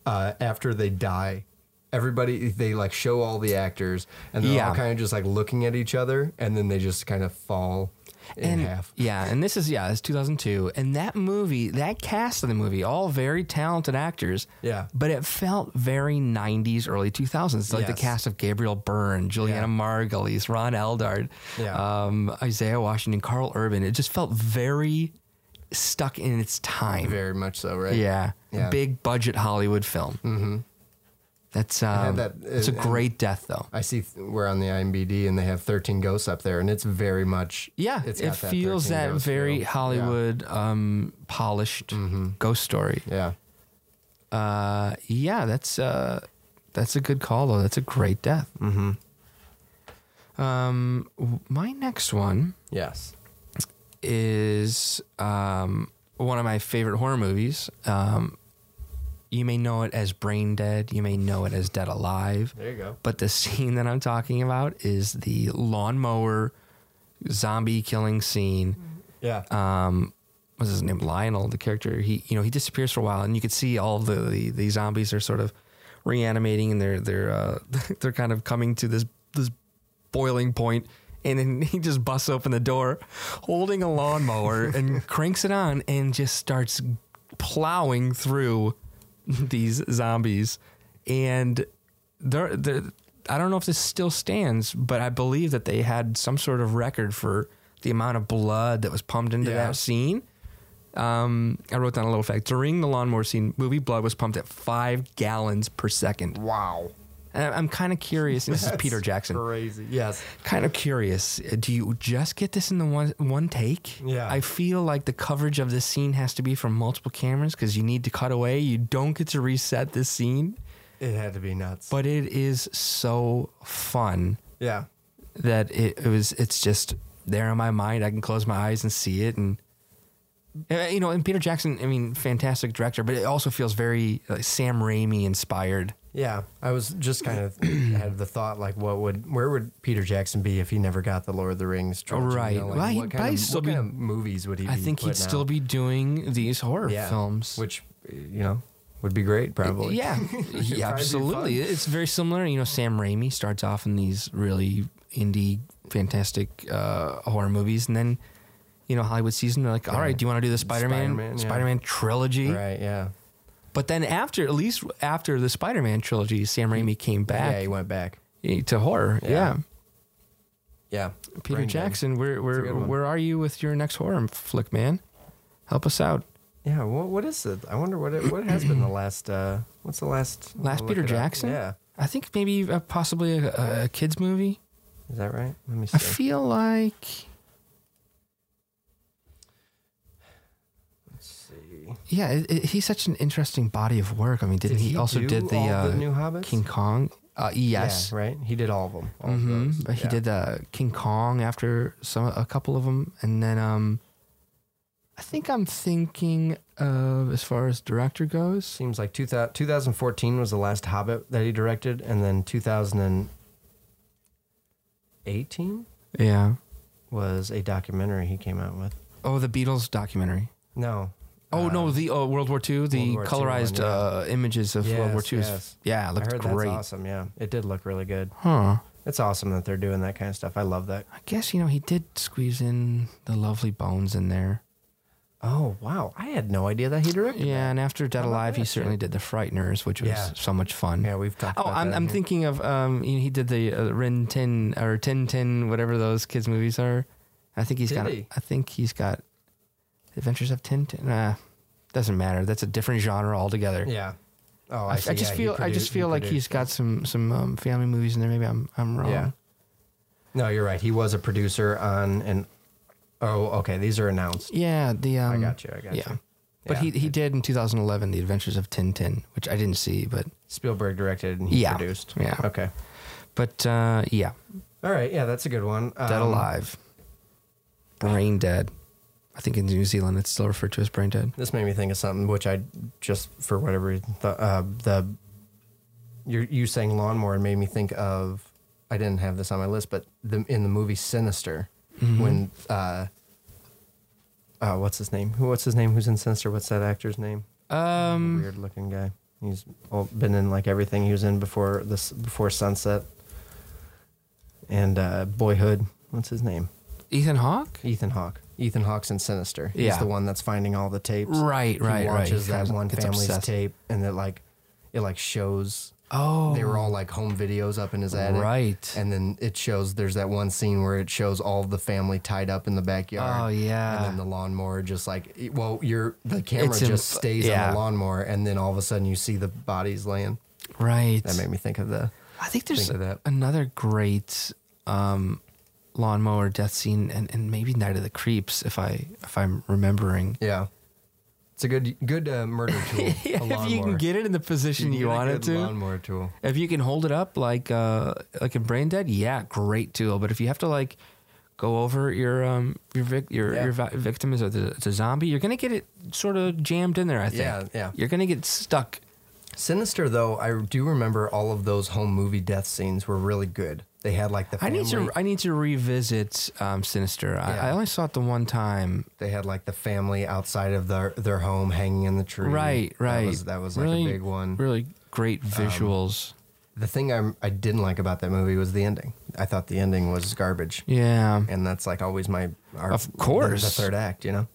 [SPEAKER 1] uh, after they die. Everybody they like show all the actors and they're
[SPEAKER 2] Yeah.
[SPEAKER 1] all kind of just like looking at each other and then they just kind of fall in
[SPEAKER 2] and
[SPEAKER 1] half.
[SPEAKER 2] yeah, and this is yeah, it's 2002, and that movie, that cast of the movie, all very talented actors.
[SPEAKER 1] Yeah.
[SPEAKER 2] but it felt very 90s, early 2000s, like the
[SPEAKER 1] Yes.
[SPEAKER 2] cast of Gabriel Byrne, Juliana Margulies, Ron Eldard,
[SPEAKER 1] Yeah.
[SPEAKER 2] um, Isaiah Washington, Carl Urban. It just felt very stuck in its time.
[SPEAKER 1] Very much so, right?
[SPEAKER 2] Yeah.
[SPEAKER 1] Yeah.
[SPEAKER 2] Big budget Hollywood film. Mm-hmm. That's um,
[SPEAKER 1] that-
[SPEAKER 2] it's a
[SPEAKER 1] and-
[SPEAKER 2] great death though.
[SPEAKER 1] I see th- we're on the IMBD and they have 13 ghosts up there and it's very much
[SPEAKER 2] Yeah,
[SPEAKER 1] it's
[SPEAKER 2] it
[SPEAKER 1] got that
[SPEAKER 2] feels
[SPEAKER 1] 13
[SPEAKER 2] that
[SPEAKER 1] ghost
[SPEAKER 2] very
[SPEAKER 1] feel. Yeah. Mm-hmm.
[SPEAKER 2] Hollywood um, polished ghost story.
[SPEAKER 1] Yeah.
[SPEAKER 2] Uh, yeah, that's uh, that's a good call though. That's a great death. Mm-hmm. Um, w- my next one
[SPEAKER 1] Yes.
[SPEAKER 2] is um, one of my favorite horror movies. Um, you may know it as Brain Dead. You may know it as Dead Alive.
[SPEAKER 1] There you go.
[SPEAKER 2] But the scene that I'm talking about is the lawnmower zombie killing scene.
[SPEAKER 1] Yeah.
[SPEAKER 2] Um, what's his name? Lionel, the character. He, you know, he disappears for a while, and you could see all the the, the zombies are sort of reanimating, and they're they're uh, they're kind of coming to this this boiling point, and then he just busts open the door, holding a lawnmower, and cranks it on, and just starts plowing through these zombies, and there, there. I don't know if this still stands, but I believe that they had some sort of record for the amount of blood that was pumped into
[SPEAKER 1] Yeah.
[SPEAKER 2] that scene. Um, I wrote down a little fact. During the lawnmower scene, movie blood was pumped at five gallons per second.
[SPEAKER 1] wow.
[SPEAKER 2] And I- I'm kind of curious. and This is Peter
[SPEAKER 1] That's
[SPEAKER 2] Jackson
[SPEAKER 1] Crazy. Yes.
[SPEAKER 2] kind of curious. uh, Do you just get this in the one one take?
[SPEAKER 1] Yeah.
[SPEAKER 2] I feel like the coverage of this scene has to be from multiple cameras because you need to cut away. You don't get to reset this scene,
[SPEAKER 1] It had to be nuts.
[SPEAKER 2] but it is so fun
[SPEAKER 1] yeah.
[SPEAKER 2] that it, it was. It's just there in my mind. I can close my eyes and see it, and uh, you know. And Peter Jackson, I mean, fantastic director, but it also feels very like, Sam Raimi inspired.
[SPEAKER 1] Yeah, I was just kind of had the thought like, what would, where would Peter Jackson be if he never got the Lord of the Rings trilogy?
[SPEAKER 2] Right.
[SPEAKER 1] You know, like,
[SPEAKER 2] Well, he'd
[SPEAKER 1] what
[SPEAKER 2] probably
[SPEAKER 1] kind, of,
[SPEAKER 2] still
[SPEAKER 1] what
[SPEAKER 2] be-
[SPEAKER 1] kind of movies would he?
[SPEAKER 2] I
[SPEAKER 1] be
[SPEAKER 2] think he'd
[SPEAKER 1] putting
[SPEAKER 2] still
[SPEAKER 1] out?
[SPEAKER 2] be doing these horror films,
[SPEAKER 1] which you know would be great, probably.
[SPEAKER 2] Yeah,
[SPEAKER 1] be
[SPEAKER 2] yeah
[SPEAKER 1] fun.
[SPEAKER 2] absolutely. It's very similar. You know, Sam Raimi starts off in these really indie, fantastic uh, horror movies, and then you know Hollywood season. They're like, all right, do you want to do the Spider-Man
[SPEAKER 1] Spider-Man,
[SPEAKER 2] Spider-Man,
[SPEAKER 1] yeah.
[SPEAKER 2] trilogy?
[SPEAKER 1] Right. Yeah.
[SPEAKER 2] But then after, at least after the Spider-Man trilogy, Sam Raimi came
[SPEAKER 1] Yeah, he
[SPEAKER 2] back
[SPEAKER 1] went back.
[SPEAKER 2] to horror. Yeah,
[SPEAKER 1] Yeah. Yeah.
[SPEAKER 2] Peter
[SPEAKER 1] Brain dead.
[SPEAKER 2] Jackson, where
[SPEAKER 1] a
[SPEAKER 2] where
[SPEAKER 1] good one.
[SPEAKER 2] where are you with your next horror flick, man? Help us out.
[SPEAKER 1] Yeah. What, what is it? I wonder what it, what has been the last. uh What's the last?
[SPEAKER 2] Last
[SPEAKER 1] I'll look
[SPEAKER 2] Peter
[SPEAKER 1] it up.
[SPEAKER 2] Jackson?
[SPEAKER 1] Yeah.
[SPEAKER 2] I think maybe uh, possibly a, a kids movie.
[SPEAKER 1] Is that right? Let me see.
[SPEAKER 2] I feel like
[SPEAKER 1] Let's see.
[SPEAKER 2] Yeah, it, it, he's such an interesting body of work. I mean, didn't he, also
[SPEAKER 1] do
[SPEAKER 2] did the,
[SPEAKER 1] all
[SPEAKER 2] uh,
[SPEAKER 1] the new Hobbits?
[SPEAKER 2] King Kong? Uh, yes,
[SPEAKER 1] Yeah, right. He did all of them. All of
[SPEAKER 2] hmm
[SPEAKER 1] those.
[SPEAKER 2] But he
[SPEAKER 1] Yeah.
[SPEAKER 2] did uh, King Kong after some a couple of them, and then um, I think I'm thinking of as far as director goes.
[SPEAKER 1] seems like 2000, 2014 was the last Hobbit that he directed, and then 2018
[SPEAKER 2] Yeah.
[SPEAKER 1] was a documentary he came out with.
[SPEAKER 2] Oh, the Beatles documentary.
[SPEAKER 1] No.
[SPEAKER 2] Oh
[SPEAKER 1] Uh,
[SPEAKER 2] no, the uh, World War II, the
[SPEAKER 1] World War II
[SPEAKER 2] colorized
[SPEAKER 1] one, yeah.
[SPEAKER 2] uh, images of World War
[SPEAKER 1] Yes,
[SPEAKER 2] II. is-
[SPEAKER 1] yes.
[SPEAKER 2] Yeah, it
[SPEAKER 1] I
[SPEAKER 2] looked
[SPEAKER 1] heard
[SPEAKER 2] great.
[SPEAKER 1] that's awesome. Yeah, it did look really good.
[SPEAKER 2] Huh.
[SPEAKER 1] It's awesome that they're doing that kind of stuff. I love that.
[SPEAKER 2] I guess you know he did squeeze in the lovely bones in there.
[SPEAKER 1] Oh wow, I had no idea that he directed.
[SPEAKER 2] Yeah, and after Dead
[SPEAKER 1] How about
[SPEAKER 2] Alive, he
[SPEAKER 1] that,
[SPEAKER 2] certainly did The Frighteners, which was
[SPEAKER 1] Yeah.
[SPEAKER 2] so much fun.
[SPEAKER 1] that. yeah, we've talked.
[SPEAKER 2] Oh,
[SPEAKER 1] about
[SPEAKER 2] I'm,
[SPEAKER 1] that
[SPEAKER 2] I'm
[SPEAKER 1] here.
[SPEAKER 2] thinking of um, you know, he did the uh, Rin Tin or Tin Tin, whatever those kids movies are. I think he's
[SPEAKER 1] Did
[SPEAKER 2] got.
[SPEAKER 1] he?
[SPEAKER 2] I think he's got Adventures of Tin Tin. Nah, doesn't matter. That's a different genre altogether.
[SPEAKER 1] Yeah. Oh,
[SPEAKER 2] I,
[SPEAKER 1] I, see.
[SPEAKER 2] I just
[SPEAKER 1] Yeah, he
[SPEAKER 2] feel. I
[SPEAKER 1] produced-
[SPEAKER 2] just
[SPEAKER 1] he
[SPEAKER 2] feel like
[SPEAKER 1] produced.
[SPEAKER 2] he's got some some um, family movies in there. Maybe I'm I'm wrong.
[SPEAKER 1] Yeah. No, you're right. He was a producer on an. Oh, okay. These are announced.
[SPEAKER 2] Yeah, The um,
[SPEAKER 1] I got you. I got
[SPEAKER 2] yeah.
[SPEAKER 1] you.
[SPEAKER 2] But
[SPEAKER 1] Yeah.
[SPEAKER 2] he he did in 2011 The Adventures of Tin Tin, which I didn't see, but
[SPEAKER 1] Spielberg directed and he
[SPEAKER 2] Yeah.
[SPEAKER 1] produced.
[SPEAKER 2] Yeah.
[SPEAKER 1] Okay.
[SPEAKER 2] but uh, yeah,
[SPEAKER 1] All right. Yeah, that's a good one.
[SPEAKER 2] Dead
[SPEAKER 1] Um,
[SPEAKER 2] Alive, Brain Dead. I think in New Zealand it's still referred to as Brain Dead.
[SPEAKER 1] This made me think of something which I just for whatever reason thought uh, the you're, you saying lawnmower made me think of I didn't have this on my list, but the, in the movie Sinister, when uh, uh, what's his name? Who what's his name? Who's in Sinister? What's that actor's name? Um, weird looking guy. He's all, been in like everything he was in before this before Sunset and uh, Boyhood. What's his name?
[SPEAKER 2] Ethan Hawke?
[SPEAKER 1] Ethan Hawke. Ethan Hawke's in Sinister. He's
[SPEAKER 2] Yeah.
[SPEAKER 1] the one that's finding all the tapes.
[SPEAKER 2] Right,
[SPEAKER 1] He
[SPEAKER 2] right, right.
[SPEAKER 1] watches
[SPEAKER 2] He
[SPEAKER 1] that
[SPEAKER 2] comes-
[SPEAKER 1] one
[SPEAKER 2] gets
[SPEAKER 1] family's
[SPEAKER 2] obsessed.
[SPEAKER 1] tape, and it like it like shows.
[SPEAKER 2] Oh,
[SPEAKER 1] They were all like home videos up in his attic,
[SPEAKER 2] Right.
[SPEAKER 1] And then it shows there's that one scene where it shows all the family tied up in the backyard.
[SPEAKER 2] Oh, yeah.
[SPEAKER 1] and then the lawnmower just like it- well, your the camera
[SPEAKER 2] It's
[SPEAKER 1] just
[SPEAKER 2] in-
[SPEAKER 1] stays on
[SPEAKER 2] yeah.
[SPEAKER 1] the lawnmower, and then all of a sudden you see the bodies laying.
[SPEAKER 2] right.
[SPEAKER 1] That made me think of the
[SPEAKER 2] I think there's
[SPEAKER 1] think of that.
[SPEAKER 2] another great um, lawnmower death scene, and, and maybe Night of the Creeps, if I if I'm remembering.
[SPEAKER 1] yeah. It's a good good uh, murder tool. a lawnmower.
[SPEAKER 2] if you can get it in the
[SPEAKER 1] You
[SPEAKER 2] position
[SPEAKER 1] can
[SPEAKER 2] you,
[SPEAKER 1] get a
[SPEAKER 2] want it
[SPEAKER 1] good
[SPEAKER 2] to,
[SPEAKER 1] lawnmower tool.
[SPEAKER 2] if you can hold it up like uh, like in Brain Dead, yeah, great tool. But if you have to like go over your um your vic- your
[SPEAKER 1] Yeah.
[SPEAKER 2] your vi- victim is a, it's a zombie, you're gonna get it sort of jammed in there. I think.
[SPEAKER 1] Yeah, yeah.
[SPEAKER 2] You're gonna get stuck.
[SPEAKER 1] Sinister, though, I do remember all of those home movie death scenes were really good. They had like the
[SPEAKER 2] I
[SPEAKER 1] family.
[SPEAKER 2] need to I need to revisit um, Sinister. I, I
[SPEAKER 1] Yeah.
[SPEAKER 2] only saw it the one time.
[SPEAKER 1] they had like the family outside of their their home hanging in the tree.
[SPEAKER 2] Right, right.
[SPEAKER 1] That was, that was like
[SPEAKER 2] Really-
[SPEAKER 1] a big one.
[SPEAKER 2] Really great visuals.
[SPEAKER 1] The thing I I didn't like about that movie was the ending. I thought the ending was garbage,
[SPEAKER 2] yeah.
[SPEAKER 1] and that's like always my our,
[SPEAKER 2] Of course.
[SPEAKER 1] the, third act. You know,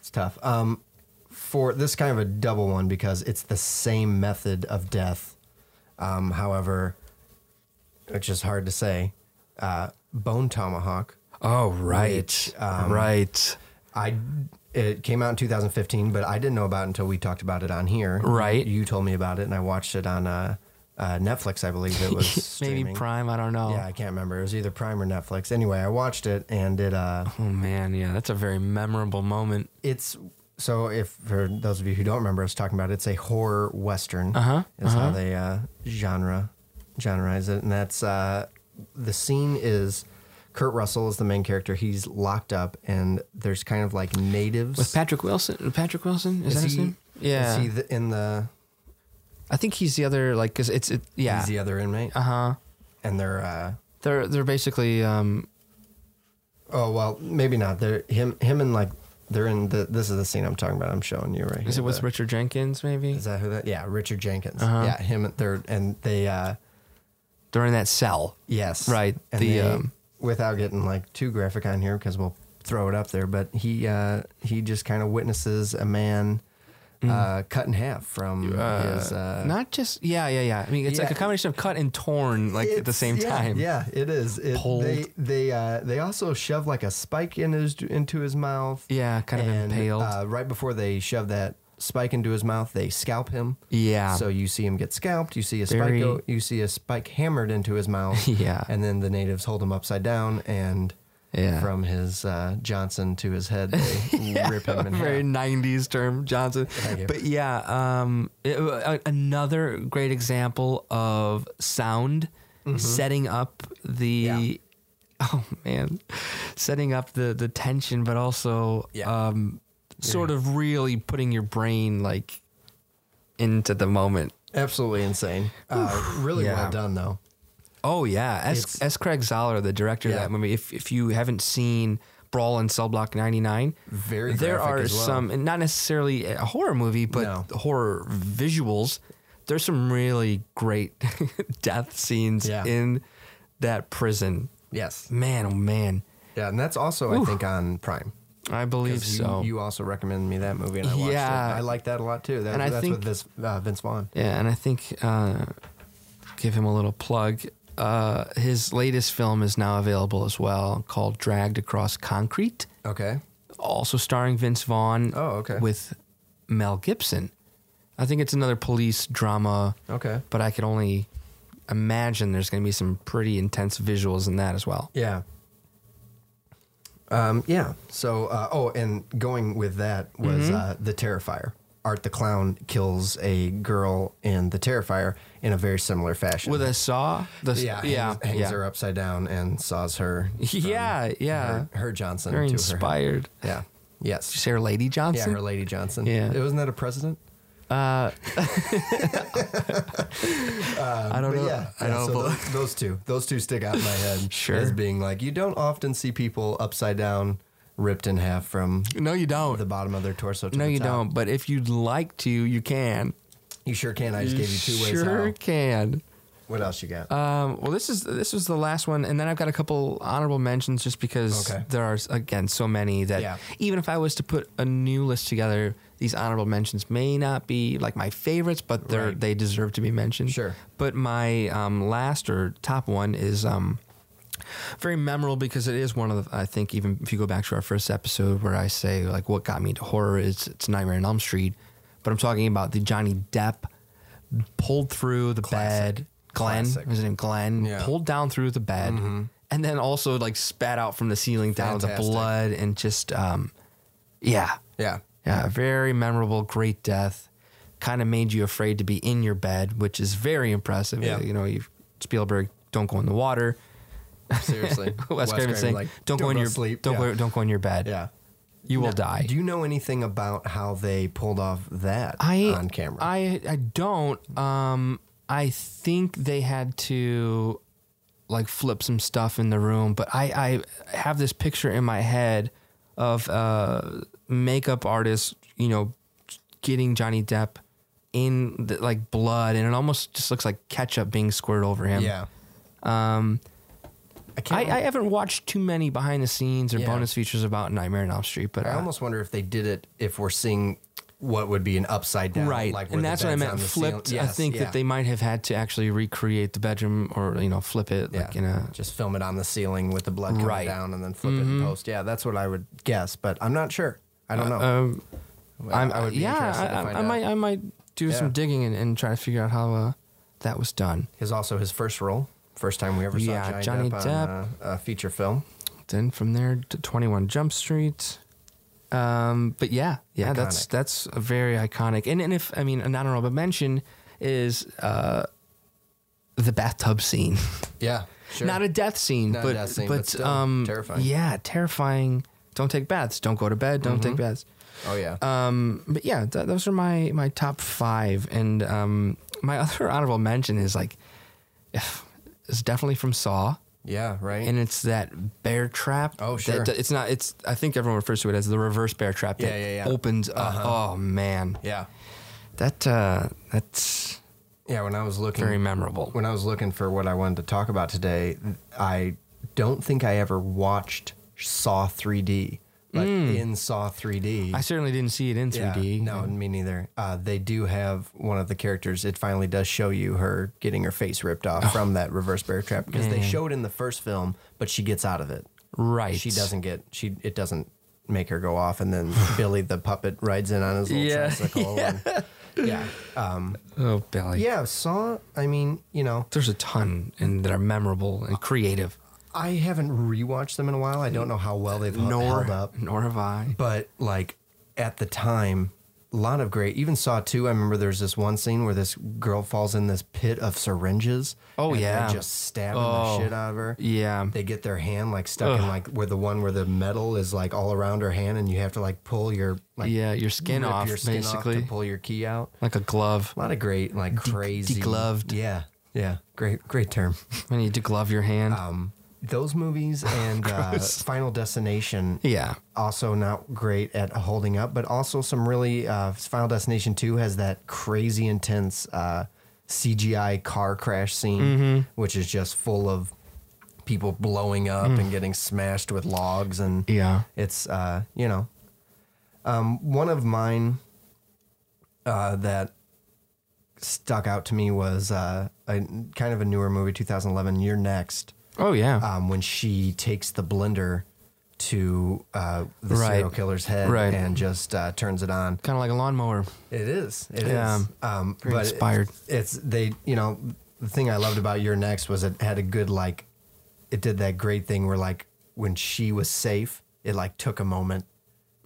[SPEAKER 1] it's tough. Um, for this kind of a double one because it's the same method of death. Um, however, which is hard to say. Uh, bone tomahawk.
[SPEAKER 2] Oh right,
[SPEAKER 1] Which, um,
[SPEAKER 2] right,
[SPEAKER 1] I it came out in 2015, but I didn't know about it until we talked about it on here.
[SPEAKER 2] Right.
[SPEAKER 1] You told me about it, and I watched it on uh, uh, Netflix, I believe it was.
[SPEAKER 2] maybe
[SPEAKER 1] streaming.
[SPEAKER 2] Prime. I don't know.
[SPEAKER 1] Yeah, I can't remember. It was either Prime or Netflix. Anyway, I watched it, and it uh,
[SPEAKER 2] Oh man, yeah, that's a very memorable moment.
[SPEAKER 1] it's so if for those of you who don't remember, I was talking about it, it's a horror western.
[SPEAKER 2] Uh-huh,
[SPEAKER 1] Is how they uh, genre genreize it, and that's uh, the scene is. Kurt Russell is the main character. He's locked up, and there's kind of like natives.
[SPEAKER 2] With Patrick Wilson, Patrick Wilson is, that his
[SPEAKER 1] he-
[SPEAKER 2] name? Yeah,
[SPEAKER 1] Is he the, in the?
[SPEAKER 2] I think he's the other like because it's it, yeah.
[SPEAKER 1] He's the other inmate,
[SPEAKER 2] Uh huh.
[SPEAKER 1] and they're. Uh,
[SPEAKER 2] They're they're basically um
[SPEAKER 1] oh well, maybe not. They're him. Him and like they're in the. This is the scene I'm talking about. I'm showing you right here.
[SPEAKER 2] is it with
[SPEAKER 1] the-
[SPEAKER 2] Richard Jenkins maybe
[SPEAKER 1] Is that who that? Yeah, Richard Jenkins.
[SPEAKER 2] Uh-huh.
[SPEAKER 1] Yeah, him. and They're and they. uh
[SPEAKER 2] they're in that cell
[SPEAKER 1] Yes.
[SPEAKER 2] Right,
[SPEAKER 1] And
[SPEAKER 2] the,
[SPEAKER 1] they-
[SPEAKER 2] um,
[SPEAKER 1] without getting like too graphic on here because we'll throw it up there, but he uh he just kind of witnesses a man uh cut in half from his uh
[SPEAKER 2] Mm. not just yeah yeah yeah I mean it's like a
[SPEAKER 1] Yeah.
[SPEAKER 2] combination of cut and torn like at the
[SPEAKER 1] It's-
[SPEAKER 2] same
[SPEAKER 1] yeah,
[SPEAKER 2] time
[SPEAKER 1] Yeah, it is. It,
[SPEAKER 2] Pulled.
[SPEAKER 1] They they uh, they also shove like a spike in his into his mouth.
[SPEAKER 2] Yeah, kind of
[SPEAKER 1] and,
[SPEAKER 2] impaled.
[SPEAKER 1] Uh, right before they shove that spike into his mouth, they scalp him.
[SPEAKER 2] Yeah.
[SPEAKER 1] So you see him get scalped. You see a
[SPEAKER 2] Very-
[SPEAKER 1] spike. Go, you see a spike hammered into his mouth.
[SPEAKER 2] Yeah.
[SPEAKER 1] And then the natives hold him upside down and.
[SPEAKER 2] Yeah.
[SPEAKER 1] From his uh, Johnson to his head, they rip him in
[SPEAKER 2] very
[SPEAKER 1] half.
[SPEAKER 2] 90s term johnson
[SPEAKER 1] you.
[SPEAKER 2] but yeah um, it- a- another great example of sound setting up the
[SPEAKER 1] Mm-hmm. Yeah.
[SPEAKER 2] oh man setting up the the tension but also
[SPEAKER 1] Yeah.
[SPEAKER 2] um, sort of really putting your brain like into the moment
[SPEAKER 1] Absolutely insane. Uh, really
[SPEAKER 2] Yeah.
[SPEAKER 1] well done, though.
[SPEAKER 2] Oh yeah, S,
[SPEAKER 1] It's-
[SPEAKER 2] S. Craig Zoller, the director of
[SPEAKER 1] Yeah.
[SPEAKER 2] that movie. If if you haven't seen Brawl in Cell Block ninety nine,
[SPEAKER 1] Very
[SPEAKER 2] there
[SPEAKER 1] graphic
[SPEAKER 2] are
[SPEAKER 1] as well.
[SPEAKER 2] some and not necessarily a horror movie, but
[SPEAKER 1] No.
[SPEAKER 2] horror visuals. There's some really great death scenes
[SPEAKER 1] Yeah.
[SPEAKER 2] in that prison.
[SPEAKER 1] Yes.
[SPEAKER 2] Man, oh man,
[SPEAKER 1] Yeah, and that's also I think on Prime.
[SPEAKER 2] I believe
[SPEAKER 1] 'Cause you,
[SPEAKER 2] so.
[SPEAKER 1] you also recommended me that movie, and I watched
[SPEAKER 2] Yeah.
[SPEAKER 1] it. I like that a lot too. That,
[SPEAKER 2] And I
[SPEAKER 1] that's
[SPEAKER 2] think-
[SPEAKER 1] with this, uh, Vince Vaughn.
[SPEAKER 2] yeah, and I think uh, give him a little plug. Uh, his latest film is now available as well, called Dragged Across Concrete.
[SPEAKER 1] Okay.
[SPEAKER 2] also starring Vince Vaughn.
[SPEAKER 1] Oh, okay.
[SPEAKER 2] With Mel Gibson. I think it's another police drama.
[SPEAKER 1] Okay.
[SPEAKER 2] But I could only imagine there's going to be some pretty intense visuals in that as well.
[SPEAKER 1] Yeah. Um, yeah. So, uh, oh, and going with that was
[SPEAKER 2] Mm-hmm.
[SPEAKER 1] uh, the Terrifier. Art the Clown kills a girl in the Terrifier in a very similar fashion.
[SPEAKER 2] With a saw, the
[SPEAKER 1] yeah,
[SPEAKER 2] yeah,
[SPEAKER 1] hangs, hangs
[SPEAKER 2] yeah.
[SPEAKER 1] her upside down and saws her. from
[SPEAKER 2] yeah, yeah.
[SPEAKER 1] Her, her Johnson
[SPEAKER 2] Very
[SPEAKER 1] to her.
[SPEAKER 2] inspired.
[SPEAKER 1] Yeah.
[SPEAKER 2] Did you
[SPEAKER 1] Yes.
[SPEAKER 2] say her Lady
[SPEAKER 1] Yeah,
[SPEAKER 2] Johnson?
[SPEAKER 1] her Lady Johnson.
[SPEAKER 2] Yeah.
[SPEAKER 1] Wasn't that a president?
[SPEAKER 2] Uh, I don't
[SPEAKER 1] But
[SPEAKER 2] know.
[SPEAKER 1] yeah,
[SPEAKER 2] I
[SPEAKER 1] yeah,
[SPEAKER 2] don't.
[SPEAKER 1] so
[SPEAKER 2] bel-
[SPEAKER 1] those, those two, those two stick out in my head
[SPEAKER 2] Sure.
[SPEAKER 1] as being like you don't often see people upside down, ripped in half from
[SPEAKER 2] no, you
[SPEAKER 1] the
[SPEAKER 2] don't.
[SPEAKER 1] bottom of their torso. To
[SPEAKER 2] No,
[SPEAKER 1] the
[SPEAKER 2] you
[SPEAKER 1] top.
[SPEAKER 2] don't. But if you'd like to, you can.
[SPEAKER 1] You sure can. I just
[SPEAKER 2] You
[SPEAKER 1] gave you two ways.
[SPEAKER 2] sure
[SPEAKER 1] How.
[SPEAKER 2] can.
[SPEAKER 1] What else you got?
[SPEAKER 2] Um, well, this is this was the last one, and then I've got a couple honorable mentions just because
[SPEAKER 1] Okay.
[SPEAKER 2] there are again so many that
[SPEAKER 1] Yeah.
[SPEAKER 2] even if I was to put a new list together, these honorable mentions may not be like my favorites, but they're
[SPEAKER 1] Right.
[SPEAKER 2] they deserve to be mentioned.
[SPEAKER 1] Sure.
[SPEAKER 2] But my um, last or top one is um, very memorable because it is one of the I think even if you go back to our first episode where I say like what got me into horror is it's Nightmare on Elm Street, but I'm talking about the Johnny Depp pulled through the bed. Glenn,
[SPEAKER 1] Classic.
[SPEAKER 2] was his name Glenn,
[SPEAKER 1] Yeah. Mm-hmm.
[SPEAKER 2] pulled down through the bed, and then also like spat out from the ceiling down the
[SPEAKER 1] Fantastic.
[SPEAKER 2] blood and just um, yeah,
[SPEAKER 1] yeah.
[SPEAKER 2] yeah, a very memorable, great death. Kind of made you afraid to be in your bed, which is very impressive.
[SPEAKER 1] Yeah.
[SPEAKER 2] You know, you Spielberg, don't go in the water.
[SPEAKER 1] Seriously,
[SPEAKER 2] Wes Craven saying, don't, go in your
[SPEAKER 1] sleep.
[SPEAKER 2] don't
[SPEAKER 1] yeah.
[SPEAKER 2] go don't go in your bed.
[SPEAKER 1] Yeah.
[SPEAKER 2] you will
[SPEAKER 1] Now,
[SPEAKER 2] die.
[SPEAKER 1] Do you know anything about how they pulled off that
[SPEAKER 2] I
[SPEAKER 1] on camera?
[SPEAKER 2] I I don't. Um, I think they had to like flip some stuff in the room, but I I have this picture in my head of uh makeup artist, you know, getting Johnny Depp in the, like blood, and it almost just looks like ketchup being squirted over him.
[SPEAKER 1] yeah.
[SPEAKER 2] Um,
[SPEAKER 1] I can't.
[SPEAKER 2] I,
[SPEAKER 1] remember-
[SPEAKER 2] I haven't watched too many behind the scenes or
[SPEAKER 1] Yeah.
[SPEAKER 2] bonus features about Nightmare on Elm Street, but
[SPEAKER 1] I
[SPEAKER 2] I-
[SPEAKER 1] almost wonder if they did it if we're seeing what would be an upside down,
[SPEAKER 2] right
[SPEAKER 1] Like where
[SPEAKER 2] and
[SPEAKER 1] the
[SPEAKER 2] that's what i
[SPEAKER 1] bed's
[SPEAKER 2] meant
[SPEAKER 1] on the
[SPEAKER 2] flipped
[SPEAKER 1] ceiling.
[SPEAKER 2] i
[SPEAKER 1] Yes,
[SPEAKER 2] think
[SPEAKER 1] yeah.
[SPEAKER 2] that they might have had to actually recreate the bedroom or you know flip it
[SPEAKER 1] yeah.
[SPEAKER 2] like in a
[SPEAKER 1] just film it on the ceiling with the blood coming
[SPEAKER 2] Right. Mm-hmm.
[SPEAKER 1] down and then flip it in post. Yeah, that's what I would guess, but I'm not sure. I don't know.
[SPEAKER 2] um
[SPEAKER 1] I,
[SPEAKER 2] I'm,
[SPEAKER 1] Oh. I would be
[SPEAKER 2] yeah
[SPEAKER 1] interested to
[SPEAKER 2] I,
[SPEAKER 1] find
[SPEAKER 2] I, I
[SPEAKER 1] out.
[SPEAKER 2] might i might do
[SPEAKER 1] Yeah.
[SPEAKER 2] some digging and, and try to figure out how uh, that was done
[SPEAKER 1] His also his first role, first time we ever
[SPEAKER 2] Yeah,
[SPEAKER 1] saw Johnny,
[SPEAKER 2] Johnny
[SPEAKER 1] Depp, on
[SPEAKER 2] Depp.
[SPEAKER 1] uh, a, a feature film.
[SPEAKER 2] then from there to 21 jump street um but yeah yeah that's
[SPEAKER 1] Iconic.
[SPEAKER 2] that's a very iconic and and if i mean an honorable mention is uh the bathtub scene
[SPEAKER 1] Yeah, sure.
[SPEAKER 2] Not a death scene,
[SPEAKER 1] Not a
[SPEAKER 2] but
[SPEAKER 1] death scene,
[SPEAKER 2] but,
[SPEAKER 1] but still
[SPEAKER 2] um,
[SPEAKER 1] terrifying.
[SPEAKER 2] Yeah, terrifying. Don't take baths. Don't go to bed. Don't take baths.
[SPEAKER 1] oh yeah,
[SPEAKER 2] Um, but yeah, th- those are my my top five, and um, my other honorable mention is like, it's definitely from Saw,
[SPEAKER 1] yeah, right.
[SPEAKER 2] and it's that bear trap.
[SPEAKER 1] Oh,
[SPEAKER 2] that-
[SPEAKER 1] sure.
[SPEAKER 2] that- it's not. It's I think everyone refers to it as the reverse bear trap.
[SPEAKER 1] Yeah,
[SPEAKER 2] that
[SPEAKER 1] yeah, yeah.
[SPEAKER 2] Opens. up. Oh man,
[SPEAKER 1] yeah,
[SPEAKER 2] that uh, that's
[SPEAKER 1] yeah. When I was looking,
[SPEAKER 2] very memorable.
[SPEAKER 1] when I was looking for what I wanted to talk about today, I don't think I ever watched Saw 3D, but in Hmm. Saw 3D,
[SPEAKER 2] I certainly didn't see it in 3D.
[SPEAKER 1] Yeah, no, me neither. Uh, they do have one of the characters. It finally does show you her getting her face ripped off from that reverse bear trap because they show it in the first film, but she gets out of it.
[SPEAKER 2] right.
[SPEAKER 1] She doesn't get she. It doesn't make her go off, and then Billy the puppet rides in on his little
[SPEAKER 2] Yeah.
[SPEAKER 1] tricycle. Yeah. And, yeah. Um,
[SPEAKER 2] Oh, Billy.
[SPEAKER 1] yeah. Saw. I mean, you know,
[SPEAKER 2] There's a ton and that are memorable and creative.
[SPEAKER 1] I haven't rewatched them in a while. I don't know how well they've held- held up.
[SPEAKER 2] nor have I.
[SPEAKER 1] But like at the time, a lot of great. Even Saw Two. I remember there's this one scene where this girl falls in this pit of syringes.
[SPEAKER 2] Oh,
[SPEAKER 1] and they're
[SPEAKER 2] yeah.
[SPEAKER 1] just stabbing
[SPEAKER 2] Oh,
[SPEAKER 1] the shit out of her.
[SPEAKER 2] Yeah.
[SPEAKER 1] They get their hand like stuck in like where the one where the metal is like all around her hand, and you have to like pull your like
[SPEAKER 2] yeah, your skin
[SPEAKER 1] rip
[SPEAKER 2] off,
[SPEAKER 1] your skin off
[SPEAKER 2] basically.
[SPEAKER 1] to pull your key out.
[SPEAKER 2] like a glove.
[SPEAKER 1] A lot of great like crazy
[SPEAKER 2] degloved.
[SPEAKER 1] Yeah, yeah, great great term.
[SPEAKER 2] When you deglove your hand.
[SPEAKER 1] Um, those movies
[SPEAKER 2] Oh,
[SPEAKER 1] and uh, Final Destination
[SPEAKER 2] yeah.
[SPEAKER 1] also not great at holding up, but also some really uh, Final Destination Two has that crazy intense uh, CGI car crash scene,
[SPEAKER 2] Mm-hmm.
[SPEAKER 1] which is just full of people blowing up
[SPEAKER 2] Mm.
[SPEAKER 1] and getting smashed with logs, and
[SPEAKER 2] Yeah.
[SPEAKER 1] it's uh, you know um, one of mine uh, that stuck out to me was uh, a kind of a newer movie, 2011, You're Next
[SPEAKER 2] Oh, yeah.
[SPEAKER 1] um, when she takes the blender to uh, the
[SPEAKER 2] Right.
[SPEAKER 1] serial killer's head
[SPEAKER 2] Right.
[SPEAKER 1] and just uh, turns it on.
[SPEAKER 2] kind of like a lawnmower.
[SPEAKER 1] It is. It is.
[SPEAKER 2] Yeah.
[SPEAKER 1] Um,
[SPEAKER 2] Very
[SPEAKER 1] but
[SPEAKER 2] inspired.
[SPEAKER 1] It's, it's they. You know, the thing I loved about your next was it had a good like. It did that great thing where like when she was safe, it like took a moment.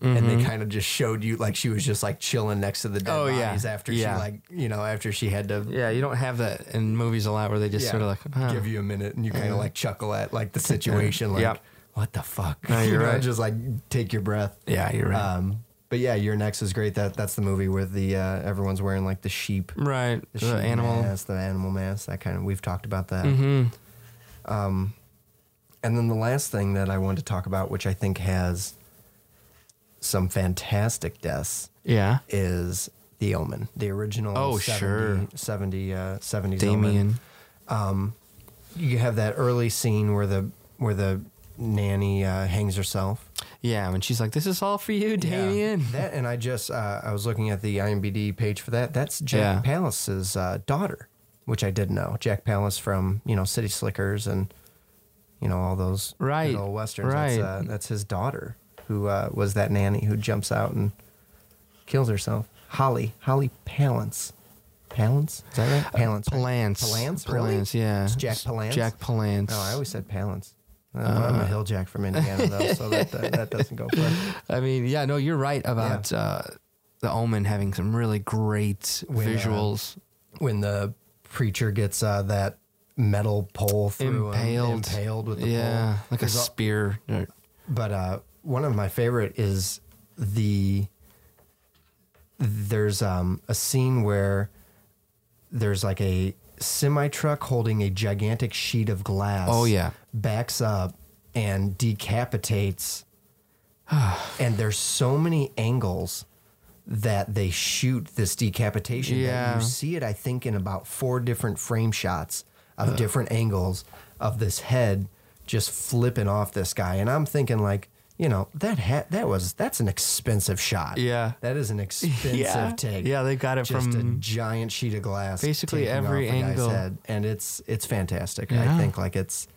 [SPEAKER 1] And they kind of just showed you like she was just like chilling next to the dead
[SPEAKER 2] Mm-hmm. Oh, yeah.
[SPEAKER 1] bodies after
[SPEAKER 2] Yeah.
[SPEAKER 1] she like you know after she had to
[SPEAKER 2] Yeah, you don't have that in movies a lot where they just
[SPEAKER 1] yeah,
[SPEAKER 2] sort of like, huh.
[SPEAKER 1] give you a minute and you kind of like chuckle at like the situation like
[SPEAKER 2] Yep.
[SPEAKER 1] what the fuck
[SPEAKER 2] No,
[SPEAKER 1] You
[SPEAKER 2] you're
[SPEAKER 1] know,
[SPEAKER 2] right.
[SPEAKER 1] just like take your breath
[SPEAKER 2] yeah, you're right.
[SPEAKER 1] um But yeah, Your Next is great. That that's the movie where the uh, everyone's wearing like the sheep,
[SPEAKER 2] Right. The,
[SPEAKER 1] sheep
[SPEAKER 2] animal.
[SPEAKER 1] mask, the animal mask, that kind of. We've talked about that.
[SPEAKER 2] hmm
[SPEAKER 1] Um, and then the last thing that I wanted to talk about, which I think has some fantastic deaths,
[SPEAKER 2] Yeah.
[SPEAKER 1] is The Omen, the original.
[SPEAKER 2] Oh,
[SPEAKER 1] 70,
[SPEAKER 2] sure.
[SPEAKER 1] 70, uh, 70s Omen Um,
[SPEAKER 2] Damien.
[SPEAKER 1] you have that early scene where the where the nanny uh, hangs herself.
[SPEAKER 2] Yeah, when she's like, "This is all for you, Damien."
[SPEAKER 1] That and I just uh, I was looking at the IMDb page for that. That's Jack
[SPEAKER 2] Yeah.
[SPEAKER 1] Palace's uh, daughter, which I didn't know. Jack Palace from you know City Slickers and you know all those good
[SPEAKER 2] Right,
[SPEAKER 1] old westerns.
[SPEAKER 2] right.
[SPEAKER 1] That's, uh, that's his daughter who uh, was that nanny who jumps out and kills herself. Holly Holly Palance. Palance? Is that
[SPEAKER 2] Uh,
[SPEAKER 1] right? Palance. right?
[SPEAKER 2] Palance.
[SPEAKER 1] Palance. Really?
[SPEAKER 2] Palance, yeah.
[SPEAKER 1] It's Jack Palance.
[SPEAKER 2] Jack Palance.
[SPEAKER 1] No, I always said Palance. Uh, I'm a hill jack from Indiana, though, so that, that, that doesn't go far.
[SPEAKER 2] I mean, yeah, no, you're right about uh, the Omen having some really great
[SPEAKER 1] When, uh,
[SPEAKER 2] visuals.
[SPEAKER 1] When the preacher gets uh, that metal pole through him,
[SPEAKER 2] Impaled.
[SPEAKER 1] impaled with the
[SPEAKER 2] Yeah,
[SPEAKER 1] pole.
[SPEAKER 2] like a
[SPEAKER 1] There's al-
[SPEAKER 2] spear. or-
[SPEAKER 1] but uh, one of my favorite is the there's um, a scene where there's like a semi truck holding a gigantic sheet of glass.
[SPEAKER 2] Oh, yeah.
[SPEAKER 1] backs up and decapitates. and there's so many angles that they shoot this decapitation. that
[SPEAKER 2] Yeah.
[SPEAKER 1] you see it, I think, in about four different frame shots of different angles of this head just flipping off this guy, and I'm thinking like. You know that ha- that was that's an expensive shot.
[SPEAKER 2] Yeah.
[SPEAKER 1] that is an expensive
[SPEAKER 2] Yeah.
[SPEAKER 1] take.
[SPEAKER 2] Yeah, they got it
[SPEAKER 1] just a
[SPEAKER 2] from-
[SPEAKER 1] giant sheet of glass,
[SPEAKER 2] Basically
[SPEAKER 1] taking
[SPEAKER 2] every
[SPEAKER 1] off a guy's
[SPEAKER 2] angle.
[SPEAKER 1] head. and it's it's fantastic. I
[SPEAKER 2] Yeah.
[SPEAKER 1] think like it's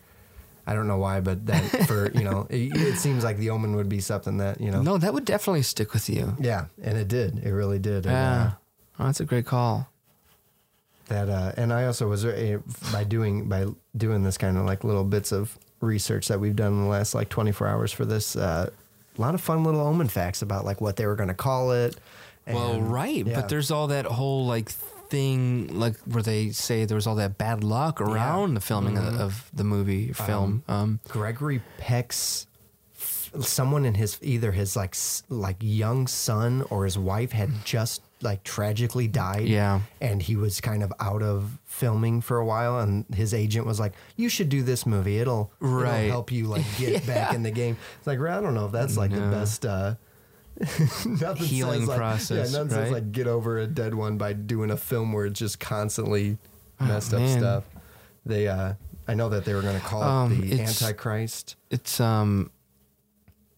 [SPEAKER 1] I don't know why, but that for you know it, it seems like the omen would be something that you know
[SPEAKER 2] No, that would definitely stick with you.
[SPEAKER 1] yeah, and it did. It really did. And,
[SPEAKER 2] Yeah,
[SPEAKER 1] uh,
[SPEAKER 2] oh, that's a great call.
[SPEAKER 1] that uh, and I also was uh, by doing by doing this kind of like little bits of research that we've done in the last like 24 hours for this. Uh, a lot of fun little omen facts about like what they were going to call it.
[SPEAKER 2] well,
[SPEAKER 1] and-
[SPEAKER 2] right,
[SPEAKER 1] yeah.
[SPEAKER 2] but there's all that whole like thing, like where they say there was all that bad luck around the filming of, of the movie film. Um,
[SPEAKER 1] Gregory Peck's someone in his either his like s- like young son or his wife had just like tragically died.
[SPEAKER 2] Yeah.
[SPEAKER 1] and he was kind of out of filming for a while, and his agent was like, "You should do this movie. It'll it'll
[SPEAKER 2] Right.
[SPEAKER 1] help you like get back in the game." It's like well, I don't know if that's like the
[SPEAKER 2] No.
[SPEAKER 1] best. uh nothing
[SPEAKER 2] Healing
[SPEAKER 1] says, like-
[SPEAKER 2] process,
[SPEAKER 1] Yeah, nothing says
[SPEAKER 2] right?
[SPEAKER 1] like get over a dead one by doing a film where it's just constantly
[SPEAKER 2] Oh,
[SPEAKER 1] messed up
[SPEAKER 2] man.
[SPEAKER 1] stuff. They, uh, I know that they were going to call
[SPEAKER 2] Um,
[SPEAKER 1] it the
[SPEAKER 2] it's-
[SPEAKER 1] Antichrist.
[SPEAKER 2] it's um,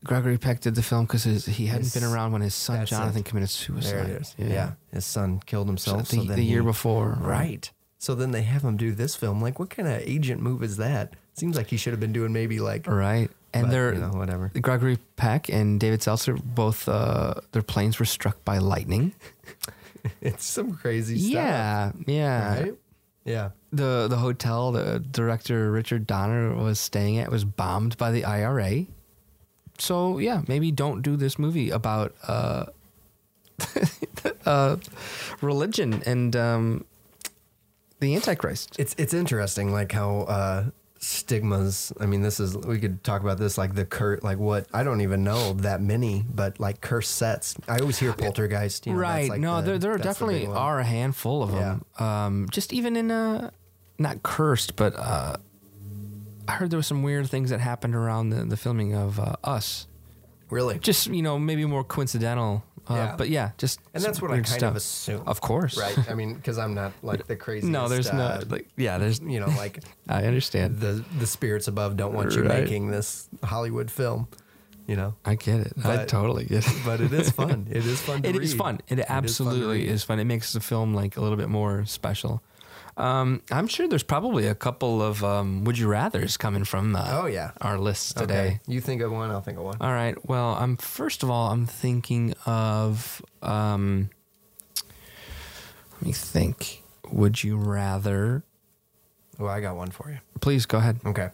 [SPEAKER 2] Gregory Peck did the film because he hadn't
[SPEAKER 1] His-
[SPEAKER 2] been around when his son
[SPEAKER 1] that's it.
[SPEAKER 2] Jonathan committed
[SPEAKER 1] There
[SPEAKER 2] suicide.
[SPEAKER 1] it is. Yeah. his son killed himself.
[SPEAKER 2] the,
[SPEAKER 1] so then
[SPEAKER 2] the year
[SPEAKER 1] he-
[SPEAKER 2] before,
[SPEAKER 1] right? So then they have him do this film. Like, what kind of agent move is that? Seems like he should have been doing maybe like,
[SPEAKER 2] right? Er, And
[SPEAKER 1] but,
[SPEAKER 2] they're
[SPEAKER 1] you know, whatever.
[SPEAKER 2] Gregory Peck and David Seltzer both uh, their planes were struck by lightning.
[SPEAKER 1] It's some crazy stuff.
[SPEAKER 2] yeah, yeah.
[SPEAKER 1] right? yeah.
[SPEAKER 2] The the hotel the director Richard Donner was staying at was bombed by the IRA. So yeah, maybe don't do this movie about uh, uh, religion and um, the Antichrist.
[SPEAKER 1] It's it's interesting, like how uh, stigmas. I mean, this is we could talk about this, like the cur, like what I don't even know that many, but like curse sets. I always hear poltergeist. You know, that's,
[SPEAKER 2] right?
[SPEAKER 1] like,
[SPEAKER 2] no,
[SPEAKER 1] the-
[SPEAKER 2] there there
[SPEAKER 1] that's the
[SPEAKER 2] definitely
[SPEAKER 1] big one.
[SPEAKER 2] are a handful of them. Um, just even in uh, not cursed, but uh, I heard there was some weird things that happened around the, the filming of uh, Us.
[SPEAKER 1] really.
[SPEAKER 2] Just you know, maybe more coincidental. Uh,
[SPEAKER 1] Yeah.
[SPEAKER 2] But yeah, just
[SPEAKER 1] And that's
[SPEAKER 2] some
[SPEAKER 1] what I
[SPEAKER 2] weird
[SPEAKER 1] kind
[SPEAKER 2] stuff.
[SPEAKER 1] of assume.
[SPEAKER 2] Of course,
[SPEAKER 1] right? I mean, because I'm not like the craziest.
[SPEAKER 2] no, there's
[SPEAKER 1] uh,
[SPEAKER 2] no like yeah, there's.
[SPEAKER 1] you know, like
[SPEAKER 2] I understand.
[SPEAKER 1] the the spirits above don't want you
[SPEAKER 2] Right.
[SPEAKER 1] making this Hollywood film, you know.
[SPEAKER 2] I get it. I
[SPEAKER 1] But-
[SPEAKER 2] totally get it.
[SPEAKER 1] But it is fun. It is fun. To
[SPEAKER 2] It
[SPEAKER 1] read.
[SPEAKER 2] is fun. It,
[SPEAKER 1] is fun to
[SPEAKER 2] absolutely
[SPEAKER 1] read.
[SPEAKER 2] is fun. It makes the film like a little bit more special. Um, I'm sure there's probably a couple of um, would you rather's coming from uh,
[SPEAKER 1] Oh, yeah.
[SPEAKER 2] our list
[SPEAKER 1] Okay.
[SPEAKER 2] today.
[SPEAKER 1] You think of one, I'll think of one.
[SPEAKER 2] All right. Well, I'm first of all I'm thinking of um, let me think. Would you rather?
[SPEAKER 1] Well, Oh, I got one for you.
[SPEAKER 2] Please go ahead.
[SPEAKER 1] Okay,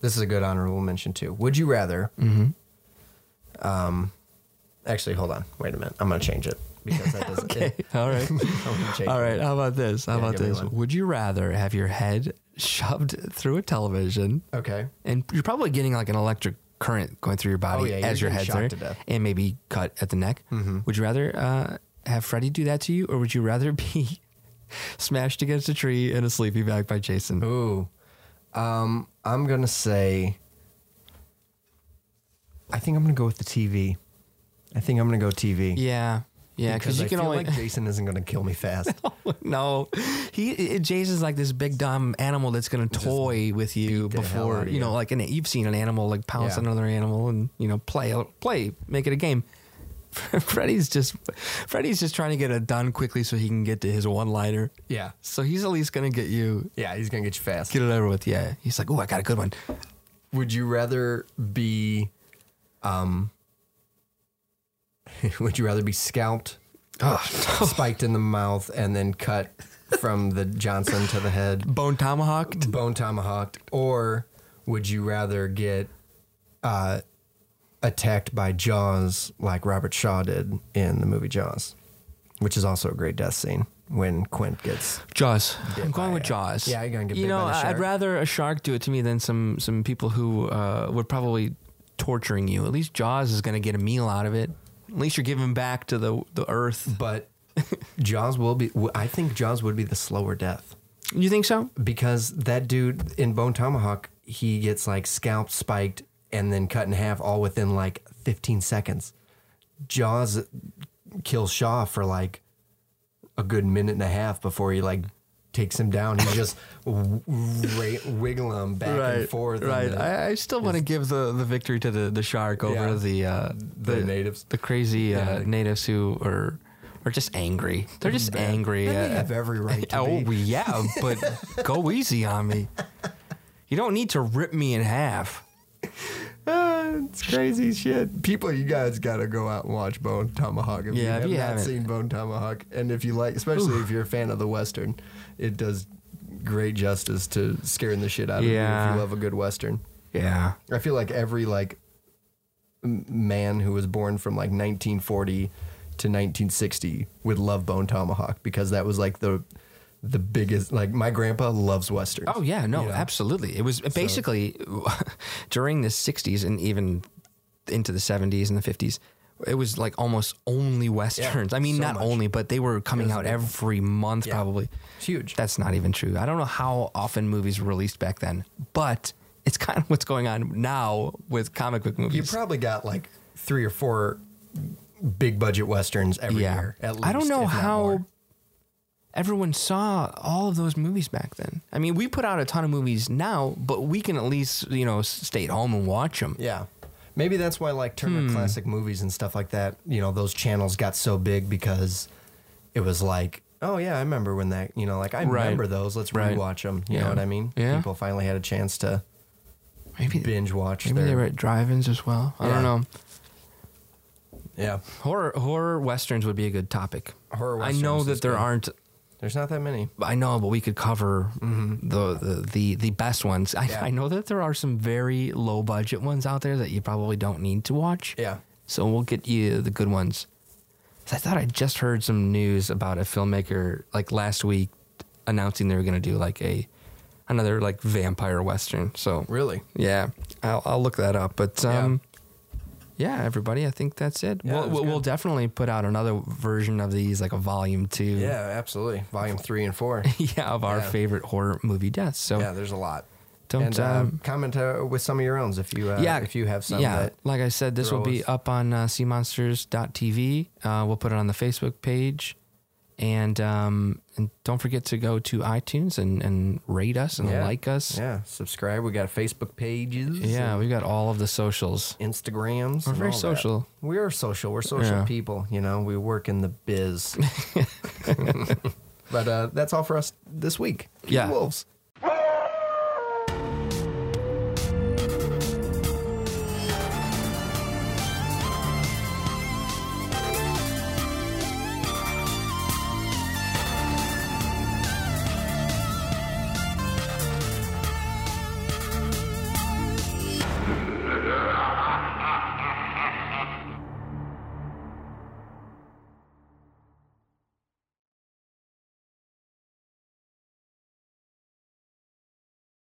[SPEAKER 1] this is a good honorable mention too. Would you rather?
[SPEAKER 2] Mm-hmm.
[SPEAKER 1] Um, actually, hold on. Wait a minute. I'm gonna change it because that doesn't.
[SPEAKER 2] Okay.
[SPEAKER 1] it-
[SPEAKER 2] All right.
[SPEAKER 1] I'm gonna change
[SPEAKER 2] All
[SPEAKER 1] it.
[SPEAKER 2] right. How about this? How
[SPEAKER 1] Yeah,
[SPEAKER 2] about
[SPEAKER 1] give me
[SPEAKER 2] this?
[SPEAKER 1] one.
[SPEAKER 2] Would you rather have your head shoved through a television?
[SPEAKER 1] Okay.
[SPEAKER 2] and you're probably getting like an electric current going through your body
[SPEAKER 1] Oh, yeah,
[SPEAKER 2] as
[SPEAKER 1] you're
[SPEAKER 2] your head's
[SPEAKER 1] getting
[SPEAKER 2] there,
[SPEAKER 1] shocked to death. Mm-hmm.
[SPEAKER 2] and maybe cut at the neck. Would you rather uh, have Freddy do that to you, or would you rather be smashed against a tree in a sleepy bag by Jason?
[SPEAKER 1] Ooh. Um, I'm going to say. I think I'm going to go with the TV. I think I'm going to go TV.
[SPEAKER 2] Yeah, yeah, because you
[SPEAKER 1] I
[SPEAKER 2] can
[SPEAKER 1] feel
[SPEAKER 2] only
[SPEAKER 1] like Jason isn't going to kill me fast.
[SPEAKER 2] no, he it, Jason's like this big dumb animal that's gonna toy with you
[SPEAKER 1] the hell
[SPEAKER 2] before
[SPEAKER 1] outta
[SPEAKER 2] you know,
[SPEAKER 1] you.
[SPEAKER 2] like an, you've seen an animal like pounce
[SPEAKER 1] Yeah.
[SPEAKER 2] on another animal and you know play play make it a game. Freddy's just Freddy's just trying to get it done quickly so he can get to his one liner.
[SPEAKER 1] yeah.
[SPEAKER 2] So he's at least gonna get you
[SPEAKER 1] Yeah, he's going to get you fast.
[SPEAKER 2] get it over with. Yeah, he's like, oh, I got a good one.
[SPEAKER 1] Would you rather be. Um, would you rather be scalped,
[SPEAKER 2] Oh,
[SPEAKER 1] spiked in the mouth, and then cut from the Johnson to the head?
[SPEAKER 2] Bone tomahawk.
[SPEAKER 1] bone tomahawked, or would you rather get uh, attacked by Jaws like Robert Shaw did in the movie Jaws, which is also a great death scene when Quint gets.
[SPEAKER 2] Jaws. I'm
[SPEAKER 1] by
[SPEAKER 2] going with
[SPEAKER 1] a-
[SPEAKER 2] Jaws.
[SPEAKER 1] Yeah, you're gonna get
[SPEAKER 2] You
[SPEAKER 1] bit
[SPEAKER 2] know,
[SPEAKER 1] by the
[SPEAKER 2] I- I'd
[SPEAKER 1] shark.
[SPEAKER 2] rather a shark do it to me than some some people who uh, were probably torturing you. At least Jaws is going to get a meal out of it. At least you're giving back to the the earth.
[SPEAKER 1] But Jaws will be. w- I think Jaws would be the slower death
[SPEAKER 2] You think so?
[SPEAKER 1] because that dude in Bone Tomahawk he gets like scalped, spiked, and then cut in half all within like 15 seconds. Jaws kills Shaw for like a good minute and a half before he like takes him down. He just w- w- ra- wiggle him back and forth. in
[SPEAKER 2] Right.
[SPEAKER 1] the-
[SPEAKER 2] I, I still want to give the, the victory to the, the shark over
[SPEAKER 1] Yeah.
[SPEAKER 2] the, uh,
[SPEAKER 1] The natives.
[SPEAKER 2] the crazy uh,
[SPEAKER 1] Yeah.
[SPEAKER 2] natives who are are just angry. They're just angry.
[SPEAKER 1] And
[SPEAKER 2] at-
[SPEAKER 1] they have every right to
[SPEAKER 2] oh
[SPEAKER 1] be.
[SPEAKER 2] yeah, but go easy on me. You don't need to rip me in half.
[SPEAKER 1] Ah, it's crazy shit. People, you guys gotta go out and watch Bone Tomahawk if
[SPEAKER 2] Yeah, if
[SPEAKER 1] you have
[SPEAKER 2] you
[SPEAKER 1] not
[SPEAKER 2] haven't.
[SPEAKER 1] seen Bone Tomahawk, and if you like, especially if you're a fan of the western, it does great justice to scaring the shit out of you
[SPEAKER 2] Yeah.
[SPEAKER 1] if you love a good western.
[SPEAKER 2] Yeah.
[SPEAKER 1] I feel like every like m- man who was born from like 1940 to 1960 would love Bone Tomahawk because that was like the the biggest. Like my grandpa loves westerns.
[SPEAKER 2] Oh yeah, no, absolutely. It was basically during the '60s and even into the '70s and the '50s. It was like almost only westerns. I mean,
[SPEAKER 1] so
[SPEAKER 2] not
[SPEAKER 1] much.
[SPEAKER 2] only, but they were coming out every month probably.
[SPEAKER 1] It's huge.
[SPEAKER 2] That's not even true. I don't know how often movies were released back then, but it's kind of what's going on now with comic book
[SPEAKER 1] You
[SPEAKER 2] movies.
[SPEAKER 1] probably got like three or four big budget westerns every
[SPEAKER 2] yeah,
[SPEAKER 1] year. At least,
[SPEAKER 2] I don't know
[SPEAKER 1] if not
[SPEAKER 2] how
[SPEAKER 1] more.
[SPEAKER 2] everyone saw all of those movies back then. I mean, we put out a ton of movies now, but we can at least you know s- stay at home and watch them.
[SPEAKER 1] Yeah, maybe that's why like Turner
[SPEAKER 2] Hmm.
[SPEAKER 1] Classic Movies and stuff like that. You know, those channels got so big because it was like, oh yeah, I remember when that. You know, like I
[SPEAKER 2] Right.
[SPEAKER 1] remember those. Let's
[SPEAKER 2] Right.
[SPEAKER 1] rewatch them. You
[SPEAKER 2] Yeah.
[SPEAKER 1] know what I mean?
[SPEAKER 2] Yeah.
[SPEAKER 1] People finally had a chance to
[SPEAKER 2] Maybe
[SPEAKER 1] binge watch.
[SPEAKER 2] Maybe
[SPEAKER 1] their,
[SPEAKER 2] they were at drive-ins as well. I don't
[SPEAKER 1] Yeah.
[SPEAKER 2] know.
[SPEAKER 1] Yeah,
[SPEAKER 2] Horror horror westerns would be a good topic.
[SPEAKER 1] Horror
[SPEAKER 2] I know
[SPEAKER 1] westerns
[SPEAKER 2] that
[SPEAKER 1] is
[SPEAKER 2] there
[SPEAKER 1] good.
[SPEAKER 2] aren't.
[SPEAKER 1] there's not that many.
[SPEAKER 2] I know, but we could cover mm-hmm, the, the the the best ones. I,
[SPEAKER 1] Yeah.
[SPEAKER 2] I know that there are some very low budget ones out there that you probably don't need to watch.
[SPEAKER 1] Yeah.
[SPEAKER 2] So we'll get you the good ones. I thought I just heard some news about a filmmaker like last week announcing they were going to do like a another like vampire western. So
[SPEAKER 1] Really?
[SPEAKER 2] Yeah, I'll, I'll look that up. But um, yeah. everybody, I think that's it.
[SPEAKER 1] Yeah,
[SPEAKER 2] we'll,
[SPEAKER 1] that was
[SPEAKER 2] we'll, we'll
[SPEAKER 1] good.
[SPEAKER 2] definitely put out another version of these, like a volume two.
[SPEAKER 1] Yeah, absolutely. Volume three and four.
[SPEAKER 2] yeah, of our
[SPEAKER 1] Yeah.
[SPEAKER 2] favorite horror movie deaths. So
[SPEAKER 1] yeah, there's a lot.
[SPEAKER 2] Don't,
[SPEAKER 1] and, uh,
[SPEAKER 2] um,
[SPEAKER 1] comment uh, with some of your own if you uh,
[SPEAKER 2] yeah,
[SPEAKER 1] if you have some
[SPEAKER 2] yeah,
[SPEAKER 1] that
[SPEAKER 2] like I said, this will
[SPEAKER 1] throw
[SPEAKER 2] be
[SPEAKER 1] us-
[SPEAKER 2] up on uh, seamonsters.tv. Uh, we'll put it on the Facebook page. And um, and don't forget to go to iTunes and, and rate us and
[SPEAKER 1] Yeah.
[SPEAKER 2] like us.
[SPEAKER 1] Yeah, subscribe. We got Facebook pages.
[SPEAKER 2] Yeah, we've got all of the socials.
[SPEAKER 1] and Instagrams.
[SPEAKER 2] We're
[SPEAKER 1] and
[SPEAKER 2] very
[SPEAKER 1] all that.
[SPEAKER 2] social.
[SPEAKER 1] We are social. We're social
[SPEAKER 2] Yeah.
[SPEAKER 1] people. You know, we work in the biz. but uh, that's all for us this week. Keep
[SPEAKER 2] Yeah.
[SPEAKER 1] Wolves.